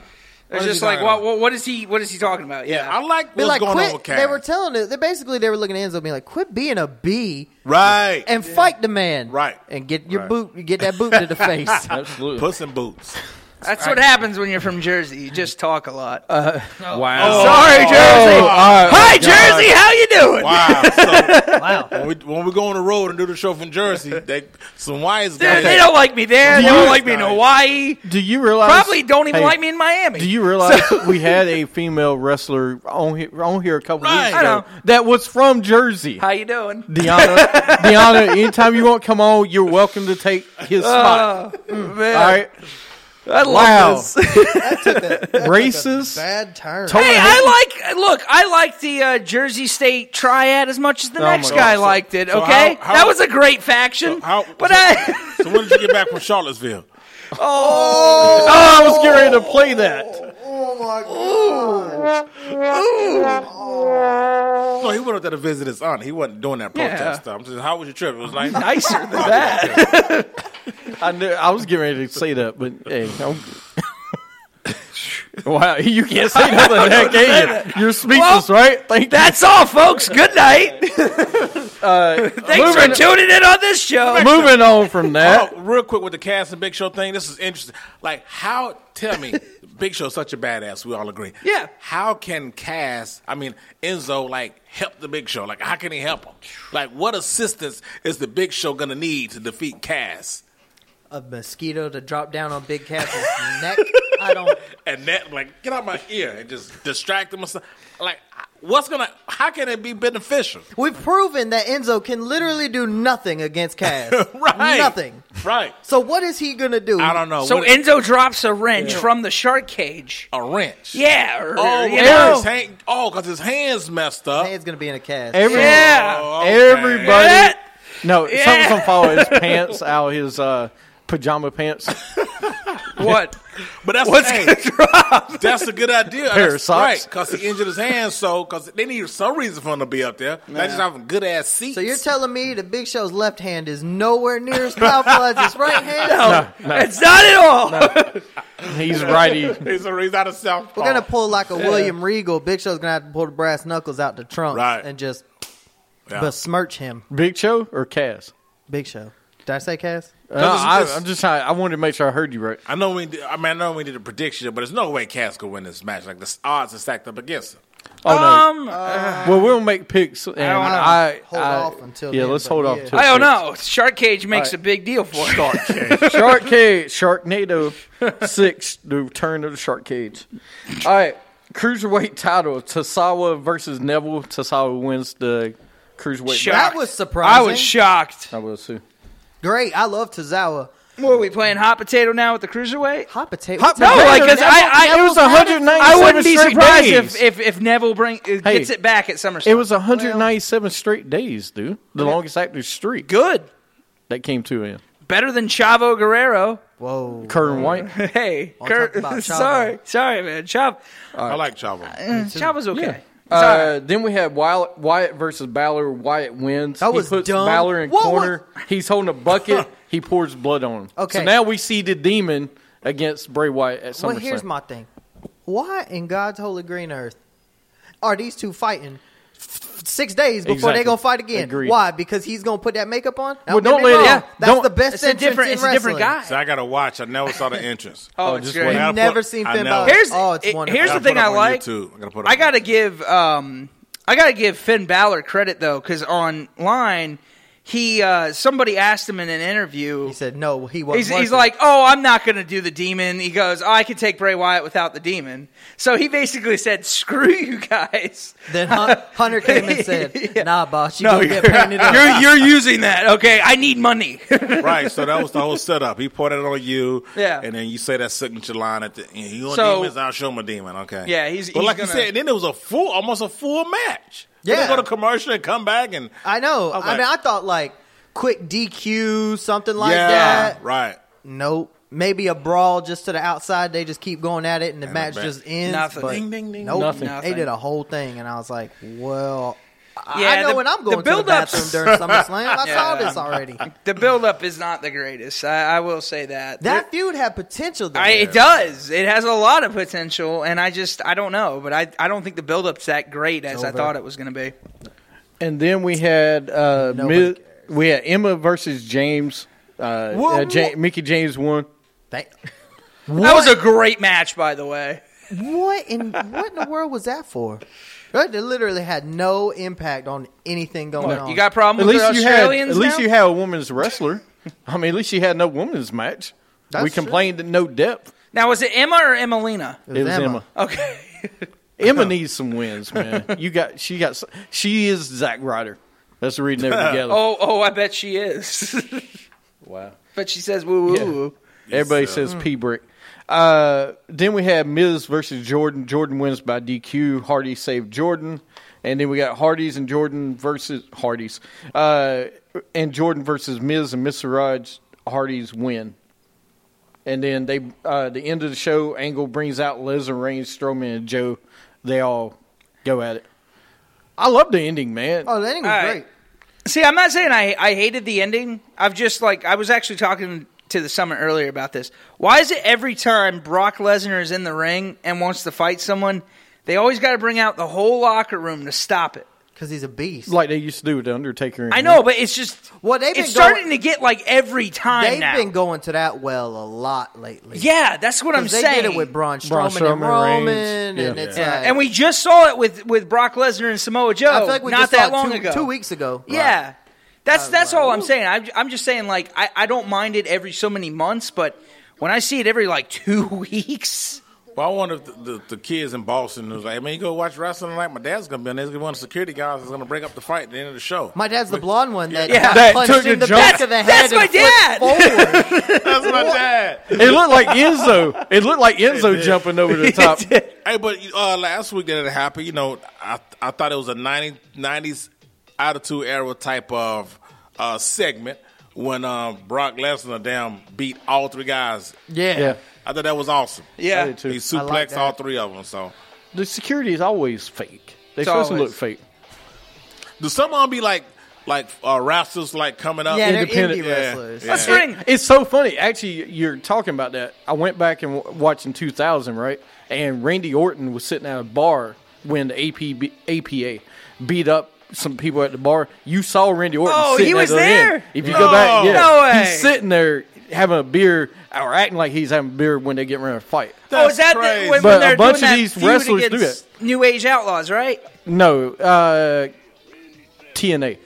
Speaker 4: What
Speaker 3: It's
Speaker 4: is
Speaker 3: just
Speaker 4: he
Speaker 3: like,
Speaker 4: talking
Speaker 3: what,
Speaker 4: about?
Speaker 3: what, what is he? What is he talking about? Yeah,
Speaker 4: I like
Speaker 5: Be
Speaker 4: what's
Speaker 5: like,
Speaker 4: going
Speaker 5: quit.
Speaker 4: on with Cass.
Speaker 5: they were telling it. They basically they were looking at Enzo, being like, "Quit being a B
Speaker 4: right.
Speaker 5: and fight the man,
Speaker 4: Right.
Speaker 5: And get your
Speaker 4: Right.
Speaker 5: boot, get that boot to the face."
Speaker 2: Absolutely.
Speaker 4: Puss in Boots.
Speaker 3: that's what happens when you're from Jersey. You just talk a lot.
Speaker 4: Uh,
Speaker 3: Oh.
Speaker 2: wow.
Speaker 3: Sorry,
Speaker 4: Oh,
Speaker 3: Jersey.
Speaker 2: all right.
Speaker 3: Hi, Jersey. How you doing?
Speaker 4: Wow. So
Speaker 5: wow.
Speaker 4: when, we, when we go on the road and do the show from Jersey, they, some wise
Speaker 3: They,
Speaker 4: guys.
Speaker 3: they don't like me there. They
Speaker 4: You-
Speaker 3: don't like me in Hawaii.
Speaker 2: Do you realize?
Speaker 3: Probably don't even
Speaker 2: Hey,
Speaker 3: like me in Miami.
Speaker 2: Do you realize we had a female wrestler on here, on here a couple
Speaker 4: Right.
Speaker 2: weeks
Speaker 4: I
Speaker 2: ago that was from Jersey?
Speaker 3: How you doing?
Speaker 2: Deanna, Deanna, anytime you want, come on. You're welcome to take his spot.
Speaker 3: Man,
Speaker 2: All right,
Speaker 3: Uh, I love
Speaker 2: Wow.
Speaker 3: this.
Speaker 2: racist.
Speaker 5: Bad turn.
Speaker 3: Hey, I like look. I like the uh, Jersey State Triad as much as the
Speaker 2: Oh
Speaker 3: next
Speaker 2: my
Speaker 3: guy
Speaker 2: God. So-
Speaker 3: liked it.
Speaker 4: so
Speaker 3: Okay,
Speaker 4: how- how-
Speaker 3: that was a great faction.
Speaker 4: How,
Speaker 3: but
Speaker 4: so,
Speaker 3: I,
Speaker 4: so when did you get back from Charlottesville?
Speaker 2: Oh, I was getting ready to play that.
Speaker 4: No, he went up there to visit his aunt. He wasn't doing that protest
Speaker 3: Yeah.
Speaker 4: stuff. I'm just, how was your trip? It was like
Speaker 3: nicer than that.
Speaker 2: I knew I was getting ready to say that, but hey, I'm, wow, you can't say nothing to that game. You're speechless,
Speaker 3: Well,
Speaker 2: right? Thank
Speaker 3: That's all, folks. Good night. Thanks for
Speaker 2: moving-
Speaker 3: tuning in Uh, on this show.
Speaker 2: Moving on from that.
Speaker 4: Oh, real quick with the Cass and Big Show thing, this is interesting. Like, how? Tell me, Big Show's such a badass. We all agree.
Speaker 3: Yeah.
Speaker 4: How can Cass? I mean, Enzo like help the Big Show? Like, how can he help him? Like, what assistance is the Big Show gonna need to defeat Cass?
Speaker 5: a mosquito to drop down on Big Cat's neck. I don't.
Speaker 4: And that, like, get out my ear and just distract him or something. Like, what's gonna? How can it be beneficial?
Speaker 5: We've proven that Enzo can literally do nothing against Cass.
Speaker 4: Right.
Speaker 5: Nothing.
Speaker 4: Right.
Speaker 5: So what is he gonna do?
Speaker 4: I don't know.
Speaker 3: So
Speaker 4: What-
Speaker 3: Enzo drops a wrench from the shark cage.
Speaker 4: a wrench.
Speaker 3: Yeah. Or,
Speaker 4: Oh,
Speaker 3: you
Speaker 4: because
Speaker 3: know.
Speaker 4: his, hand, oh, 'cause his hands messed up.
Speaker 5: Man's gonna be in a cast.
Speaker 2: Every,
Speaker 3: Yeah.
Speaker 4: Oh, okay.
Speaker 2: Everybody.
Speaker 3: Yeah.
Speaker 2: No,
Speaker 3: Yeah.
Speaker 2: something's gonna follow his pants out, his uh, pajama pants.
Speaker 3: What?
Speaker 4: But that's
Speaker 3: What's
Speaker 4: hey,
Speaker 3: gonna drop?
Speaker 4: That's a good idea.
Speaker 2: Pair of
Speaker 4: That's
Speaker 2: socks.
Speaker 4: Right, because he injured his hand, so because they need some reason for him to be up there. They just have a good ass seat.
Speaker 5: So you're telling me the Big Show's left hand is nowhere near as powerful as his right hand?
Speaker 3: It's not at all.
Speaker 2: He's righty.
Speaker 4: he's, a, he's out of South
Speaker 5: We're
Speaker 4: Park.
Speaker 5: gonna pull like a William Regal. Big Show's gonna have to pull the brass knuckles out the trunk
Speaker 4: Right.
Speaker 5: and just
Speaker 4: Yeah.
Speaker 5: besmirch him.
Speaker 2: Big Show or Cass?
Speaker 5: Big Show. Did I say Cass?
Speaker 2: No, I,
Speaker 4: it's-
Speaker 2: I'm just trying. I wanted to make sure I heard you right.
Speaker 4: I know we. Did, I mean, I know we did a prediction, but there's no way Cass could win this match. Like the odds are stacked up against him.
Speaker 2: Oh no.
Speaker 3: Um,
Speaker 2: well, we'll make picks. And I
Speaker 3: don't know.
Speaker 2: I,
Speaker 5: Hold off until
Speaker 2: Yeah,
Speaker 5: then,
Speaker 2: let's
Speaker 5: but
Speaker 2: hold off.
Speaker 5: yeah.
Speaker 2: Till
Speaker 3: I don't
Speaker 2: picks.
Speaker 3: know. Shark cage makes a big deal for it. Shark cage.
Speaker 2: Shark Cage, Sharknado Six, the return of the Shark Cage. All right, cruiserweight title: Tasawa versus Neville. Tasawa wins the cruiserweight.
Speaker 3: Sure.
Speaker 5: That
Speaker 3: Shocked.
Speaker 5: was surprising.
Speaker 3: I was shocked.
Speaker 2: I will sue.
Speaker 5: Great. I love Tozawa.
Speaker 3: What are we playing hot potato now with the cruiserweight?
Speaker 5: Hot potato.
Speaker 2: Hot
Speaker 3: No,
Speaker 2: potato.
Speaker 3: like, 'cause I, I,
Speaker 2: It was
Speaker 3: I
Speaker 2: 197
Speaker 3: wouldn't be
Speaker 2: straight
Speaker 3: surprised
Speaker 2: days.
Speaker 3: if, if, if Neville bring, uh,
Speaker 2: Hey.
Speaker 3: gets it back at SummerSlam.
Speaker 2: It was 197 straight days, dude. The longest active streak
Speaker 3: good.
Speaker 2: that came to an end.
Speaker 3: Better than Chavo Guerrero.
Speaker 5: Whoa.
Speaker 2: Curtin White.
Speaker 3: Hey,
Speaker 5: I'll
Speaker 3: Kurt,
Speaker 5: talk about Chavo.
Speaker 3: sorry, sorry, man. Chav,
Speaker 4: I like Chavo.
Speaker 3: Chavo's okay.
Speaker 2: Yeah.
Speaker 3: It's all right.
Speaker 2: Uh, then we had Wyatt, Wyatt versus Balor. Wyatt wins.
Speaker 5: That
Speaker 2: he
Speaker 5: was
Speaker 2: puts
Speaker 5: dumb.
Speaker 2: Balor in
Speaker 5: What
Speaker 2: corner. He's holding a bucket. he pours blood on him.
Speaker 5: Okay.
Speaker 2: So now we see the demon against Bray Wyatt at SummerSlam.
Speaker 5: Well, here's my thing. Why in God's holy green earth are these two fighting f- f- six days before
Speaker 2: Exactly.
Speaker 5: they gonna fight again?
Speaker 2: Agreed.
Speaker 5: Why? Because he's gonna put that makeup on. Now,
Speaker 2: Well,
Speaker 5: don't
Speaker 2: don't
Speaker 5: me
Speaker 2: let it-
Speaker 5: wrong,
Speaker 2: yeah,
Speaker 5: That's
Speaker 2: don't-
Speaker 5: the best
Speaker 3: It's a
Speaker 5: entrance
Speaker 3: different,
Speaker 5: in
Speaker 3: it's a different
Speaker 5: wrestling.
Speaker 4: So
Speaker 3: guy.
Speaker 4: I gotta watch. I never saw the entrance.
Speaker 3: Oh,
Speaker 2: Oh,
Speaker 3: it's
Speaker 2: just
Speaker 3: great.
Speaker 2: wait.
Speaker 4: I gotta
Speaker 5: Never
Speaker 4: put-
Speaker 5: seen
Speaker 4: I
Speaker 5: Finn
Speaker 4: know.
Speaker 5: Balor.
Speaker 3: Here's
Speaker 5: Oh, it's
Speaker 3: it-
Speaker 5: wonderful.
Speaker 3: here's the
Speaker 4: I gotta put
Speaker 3: thing
Speaker 4: up
Speaker 3: I
Speaker 4: on
Speaker 3: like.
Speaker 4: YouTube. I gotta put up
Speaker 3: I
Speaker 4: on
Speaker 3: gotta
Speaker 4: YouTube.
Speaker 3: give um, I gotta give Finn Balor credit though, because online he uh, somebody asked him in an interview.
Speaker 5: He said, no, he wasn't.
Speaker 3: He's, he's
Speaker 5: working.
Speaker 3: like, oh, I'm not going to do the demon. He goes, oh, I can take Bray Wyatt without the demon. So he basically said, screw you guys.
Speaker 5: Then Hun- Hunter came and said,
Speaker 3: Yeah.
Speaker 5: nah, boss, you gonna get painted up.
Speaker 3: you're, you're using that. Okay, I need money.
Speaker 4: right. So that was the whole setup. He pointed on you.
Speaker 3: Yeah.
Speaker 4: And then you say that signature line at the end. You want
Speaker 3: So-
Speaker 4: demons? I'll show him a demon. Okay.
Speaker 3: Yeah, he's-
Speaker 4: But
Speaker 3: he's
Speaker 4: like
Speaker 3: gonna-
Speaker 4: you said, then it was a full, almost a full match.
Speaker 5: Yeah.
Speaker 4: They go to commercial and come back and
Speaker 5: I know.
Speaker 4: I was
Speaker 5: I mean, I
Speaker 4: like-
Speaker 5: thought like quick DQ, something like
Speaker 4: yeah,
Speaker 5: that.
Speaker 4: right.
Speaker 5: Nope. Maybe a brawl just to the outside. They just keep going at it, and the match
Speaker 4: back.
Speaker 5: just ends.
Speaker 3: Nothing.
Speaker 5: but
Speaker 3: Ding,
Speaker 4: ding, ding.
Speaker 5: Nope.
Speaker 2: Nothing.
Speaker 5: They did a whole thing, and I was like, "Well, I- I
Speaker 3: Yeah,
Speaker 5: know
Speaker 3: the-
Speaker 5: when
Speaker 3: the
Speaker 5: I'm going to the
Speaker 3: build-ups-
Speaker 5: bathroom during SummerSlam. I saw
Speaker 3: Yeah.
Speaker 5: this already.
Speaker 3: the buildup is not the greatest. I, I will say that.
Speaker 5: That feud had potential. Though.
Speaker 3: I, it does. It has a lot of potential, and I just I don't know, but I I don't think the buildup's that great as I
Speaker 5: over.
Speaker 3: thought it was going to be.
Speaker 2: And then we had uh,
Speaker 5: Nobody
Speaker 2: Miz,
Speaker 5: cares.
Speaker 2: we had Emma versus James. Uh,
Speaker 5: Whoa,
Speaker 2: uh, Ja-
Speaker 5: whoa.
Speaker 2: Mickey James won.
Speaker 5: Thank-
Speaker 3: That was a great match, by the way.
Speaker 5: what in what in the world was that for? It literally had no impact on anything going on.
Speaker 3: You got problems
Speaker 2: At
Speaker 3: with
Speaker 2: least you had
Speaker 3: Australians?
Speaker 2: at least
Speaker 3: now?
Speaker 2: you had a woman's wrestler. I mean, at least you had no women's match.
Speaker 5: That's
Speaker 2: we
Speaker 5: true.
Speaker 2: complained that no depth.
Speaker 3: Now was it Emma or Emelina?
Speaker 5: It
Speaker 2: It was Emma.
Speaker 3: Okay.
Speaker 2: Emma needs some wins, man. You got she got s- she is Zack Ryder. That's the reason they're together.
Speaker 3: Oh, oh, I bet she is.
Speaker 2: wow.
Speaker 3: but she says woo woo
Speaker 2: Yeah.
Speaker 3: woo.
Speaker 2: Everybody says P brick. Uh, then we had Miz versus Jordan. Jordan wins by DQ. Hardy saved Jordan, and then we got Hardy's and Jordan versus Hardy's, uh, and Jordan versus Miz and Miz Raj. Hardy's win, and then they uh, the end of the show. Angle brings out Lesnar, Reigns, Strowman, and Joe. They all go at it. I love the ending, man.
Speaker 5: Oh, that thing was
Speaker 3: All right.
Speaker 5: great.
Speaker 3: See, I'm not saying I I hated the ending. I've just like I was actually talking to the summit earlier about this. Why is it every time Brock Lesnar is in the ring and wants to fight someone, they always got to bring out the whole locker room to stop it?
Speaker 5: Because he's a beast.
Speaker 2: like they used to do with the Undertaker. and
Speaker 3: I know, but it's just
Speaker 5: Well, they've
Speaker 3: it's
Speaker 5: been going-
Speaker 3: starting to get like every time
Speaker 5: They've
Speaker 3: now.
Speaker 5: been going to that well a lot lately.
Speaker 3: yeah, that's what I'm
Speaker 5: Because they
Speaker 3: saying.
Speaker 5: did it with Braun
Speaker 2: Braun
Speaker 5: Strowman, and
Speaker 2: Strowman,
Speaker 5: Roman,
Speaker 2: Reigns.
Speaker 5: and
Speaker 2: Yeah.
Speaker 5: it's
Speaker 3: Yeah,
Speaker 5: like,
Speaker 3: and we just saw it with with Brock Lesnar and Samoa Joe.
Speaker 5: I feel like we
Speaker 3: not
Speaker 5: just saw
Speaker 3: that
Speaker 5: it
Speaker 3: long
Speaker 5: two,
Speaker 3: ago,
Speaker 5: two weeks ago.
Speaker 3: Yeah, that's
Speaker 5: Uh,
Speaker 3: that's
Speaker 5: like,
Speaker 3: all I'm
Speaker 5: woo.
Speaker 3: saying. I'm, I'm just saying like I, I don't mind it every so many months, but when I see it every like two weeks,
Speaker 4: Well, I wonder if the, the, the kids in Boston was like, "Man, you go watch wrestling tonight. My dad's gonna be on. there. There's gonna be one of the security guys that's gonna break up the fight at the end of the show."
Speaker 5: My dad's the blonde one that
Speaker 3: Yeah.
Speaker 5: got
Speaker 2: That
Speaker 5: punched
Speaker 2: took
Speaker 5: in
Speaker 2: the
Speaker 5: the back
Speaker 2: jump.
Speaker 5: of the head.
Speaker 3: That's my
Speaker 5: and flipped Forward.
Speaker 4: that's my dad.
Speaker 2: It looked like Enzo. It looked like Enzo jumping over the top.
Speaker 4: Hey, but uh, last week that it happened, you know, I I thought it was a 90, 90s attitude era type of uh, segment when uh, Brock Lesnar damn beat all three guys.
Speaker 5: yeah.
Speaker 2: Yeah.
Speaker 4: I thought that was awesome.
Speaker 2: I
Speaker 3: yeah,
Speaker 2: did too.
Speaker 4: He
Speaker 5: I
Speaker 4: suplexed
Speaker 5: like that.
Speaker 4: all three of them. So
Speaker 2: The security is always fake. They're
Speaker 3: It's
Speaker 2: supposed to
Speaker 3: always-
Speaker 2: look fake.
Speaker 4: do some of them be like like uh, wrestlers like coming up?
Speaker 5: Yeah, they're
Speaker 2: Independent-
Speaker 5: indie wrestlers.
Speaker 4: Yeah.
Speaker 3: let's ring.
Speaker 2: It's so funny. Actually, you're talking about that. I went back and w- watched in 2000, right? And Randy Orton was sitting at a bar when the APB, APA beat up some people at the bar. You saw Randy Orton.
Speaker 3: Oh,
Speaker 2: sitting
Speaker 3: he
Speaker 2: at
Speaker 3: was
Speaker 2: the
Speaker 3: there?
Speaker 2: end. If you go back,
Speaker 4: No.
Speaker 2: yeah,
Speaker 3: No way.
Speaker 2: he's sitting there having a beer or acting like he's having a beer when they get ready to fight.
Speaker 3: Oh, is
Speaker 4: That's
Speaker 3: that the-
Speaker 4: crazy.
Speaker 3: when, when
Speaker 2: But
Speaker 3: they're
Speaker 2: a bunch of
Speaker 3: doing that
Speaker 2: these
Speaker 3: feud
Speaker 2: wrestlers do
Speaker 3: against New Age Outlaws, right?
Speaker 2: No, uh, TNA.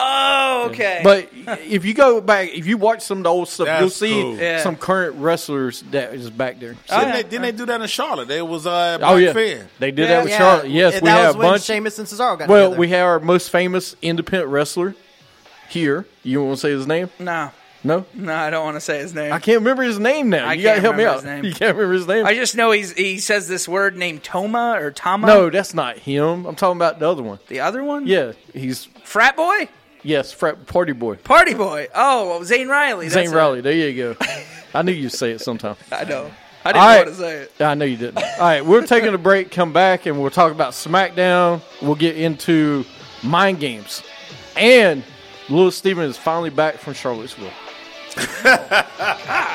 Speaker 3: Oh, okay.
Speaker 2: But if you go back, if you watch some of the old stuff,
Speaker 4: That's
Speaker 2: you'll see
Speaker 4: cool.
Speaker 3: Yeah.
Speaker 2: some current wrestlers that is back there.
Speaker 4: Didn't,
Speaker 3: yeah.
Speaker 4: they, didn't they do that in Charlotte? It was uh, Black
Speaker 2: oh yeah,
Speaker 4: Finn.
Speaker 2: they did that with
Speaker 5: Yeah.
Speaker 2: Charlotte. Yes,
Speaker 5: And
Speaker 2: we
Speaker 5: that
Speaker 2: have
Speaker 5: was
Speaker 2: a
Speaker 5: when
Speaker 2: bunch.
Speaker 5: Sheamus and Cesaro got
Speaker 2: well,
Speaker 5: together.
Speaker 2: we have our most famous independent wrestler here. You want to say his name?
Speaker 3: no,
Speaker 2: No,
Speaker 3: no, I don't want to say his name.
Speaker 2: I can't remember his name now.
Speaker 3: I
Speaker 2: you gotta help
Speaker 3: can't
Speaker 2: me
Speaker 3: remember
Speaker 2: out.
Speaker 3: his name.
Speaker 2: You can't remember his name?
Speaker 3: I just know he's he says this word named Toma or Tama.
Speaker 2: no, that's not him. I'm talking about the other one.
Speaker 3: the other one.
Speaker 2: Yeah, he's
Speaker 3: frat boy,
Speaker 2: yes, frat party boy,
Speaker 3: party boy. Oh, Zane Riley. That's
Speaker 2: Zane
Speaker 3: it.
Speaker 2: Riley. There you go. I knew you'd say it sometime.
Speaker 3: I know. I didn't
Speaker 2: All right.
Speaker 3: want to say it.
Speaker 2: I know you didn't. All right, we're taking a break. Come back and we'll talk about SmackDown. We'll get into mind games, and Lewis Stevens is finally back from Charlottesville.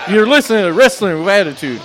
Speaker 2: You're listening to Wrestling with Attitude.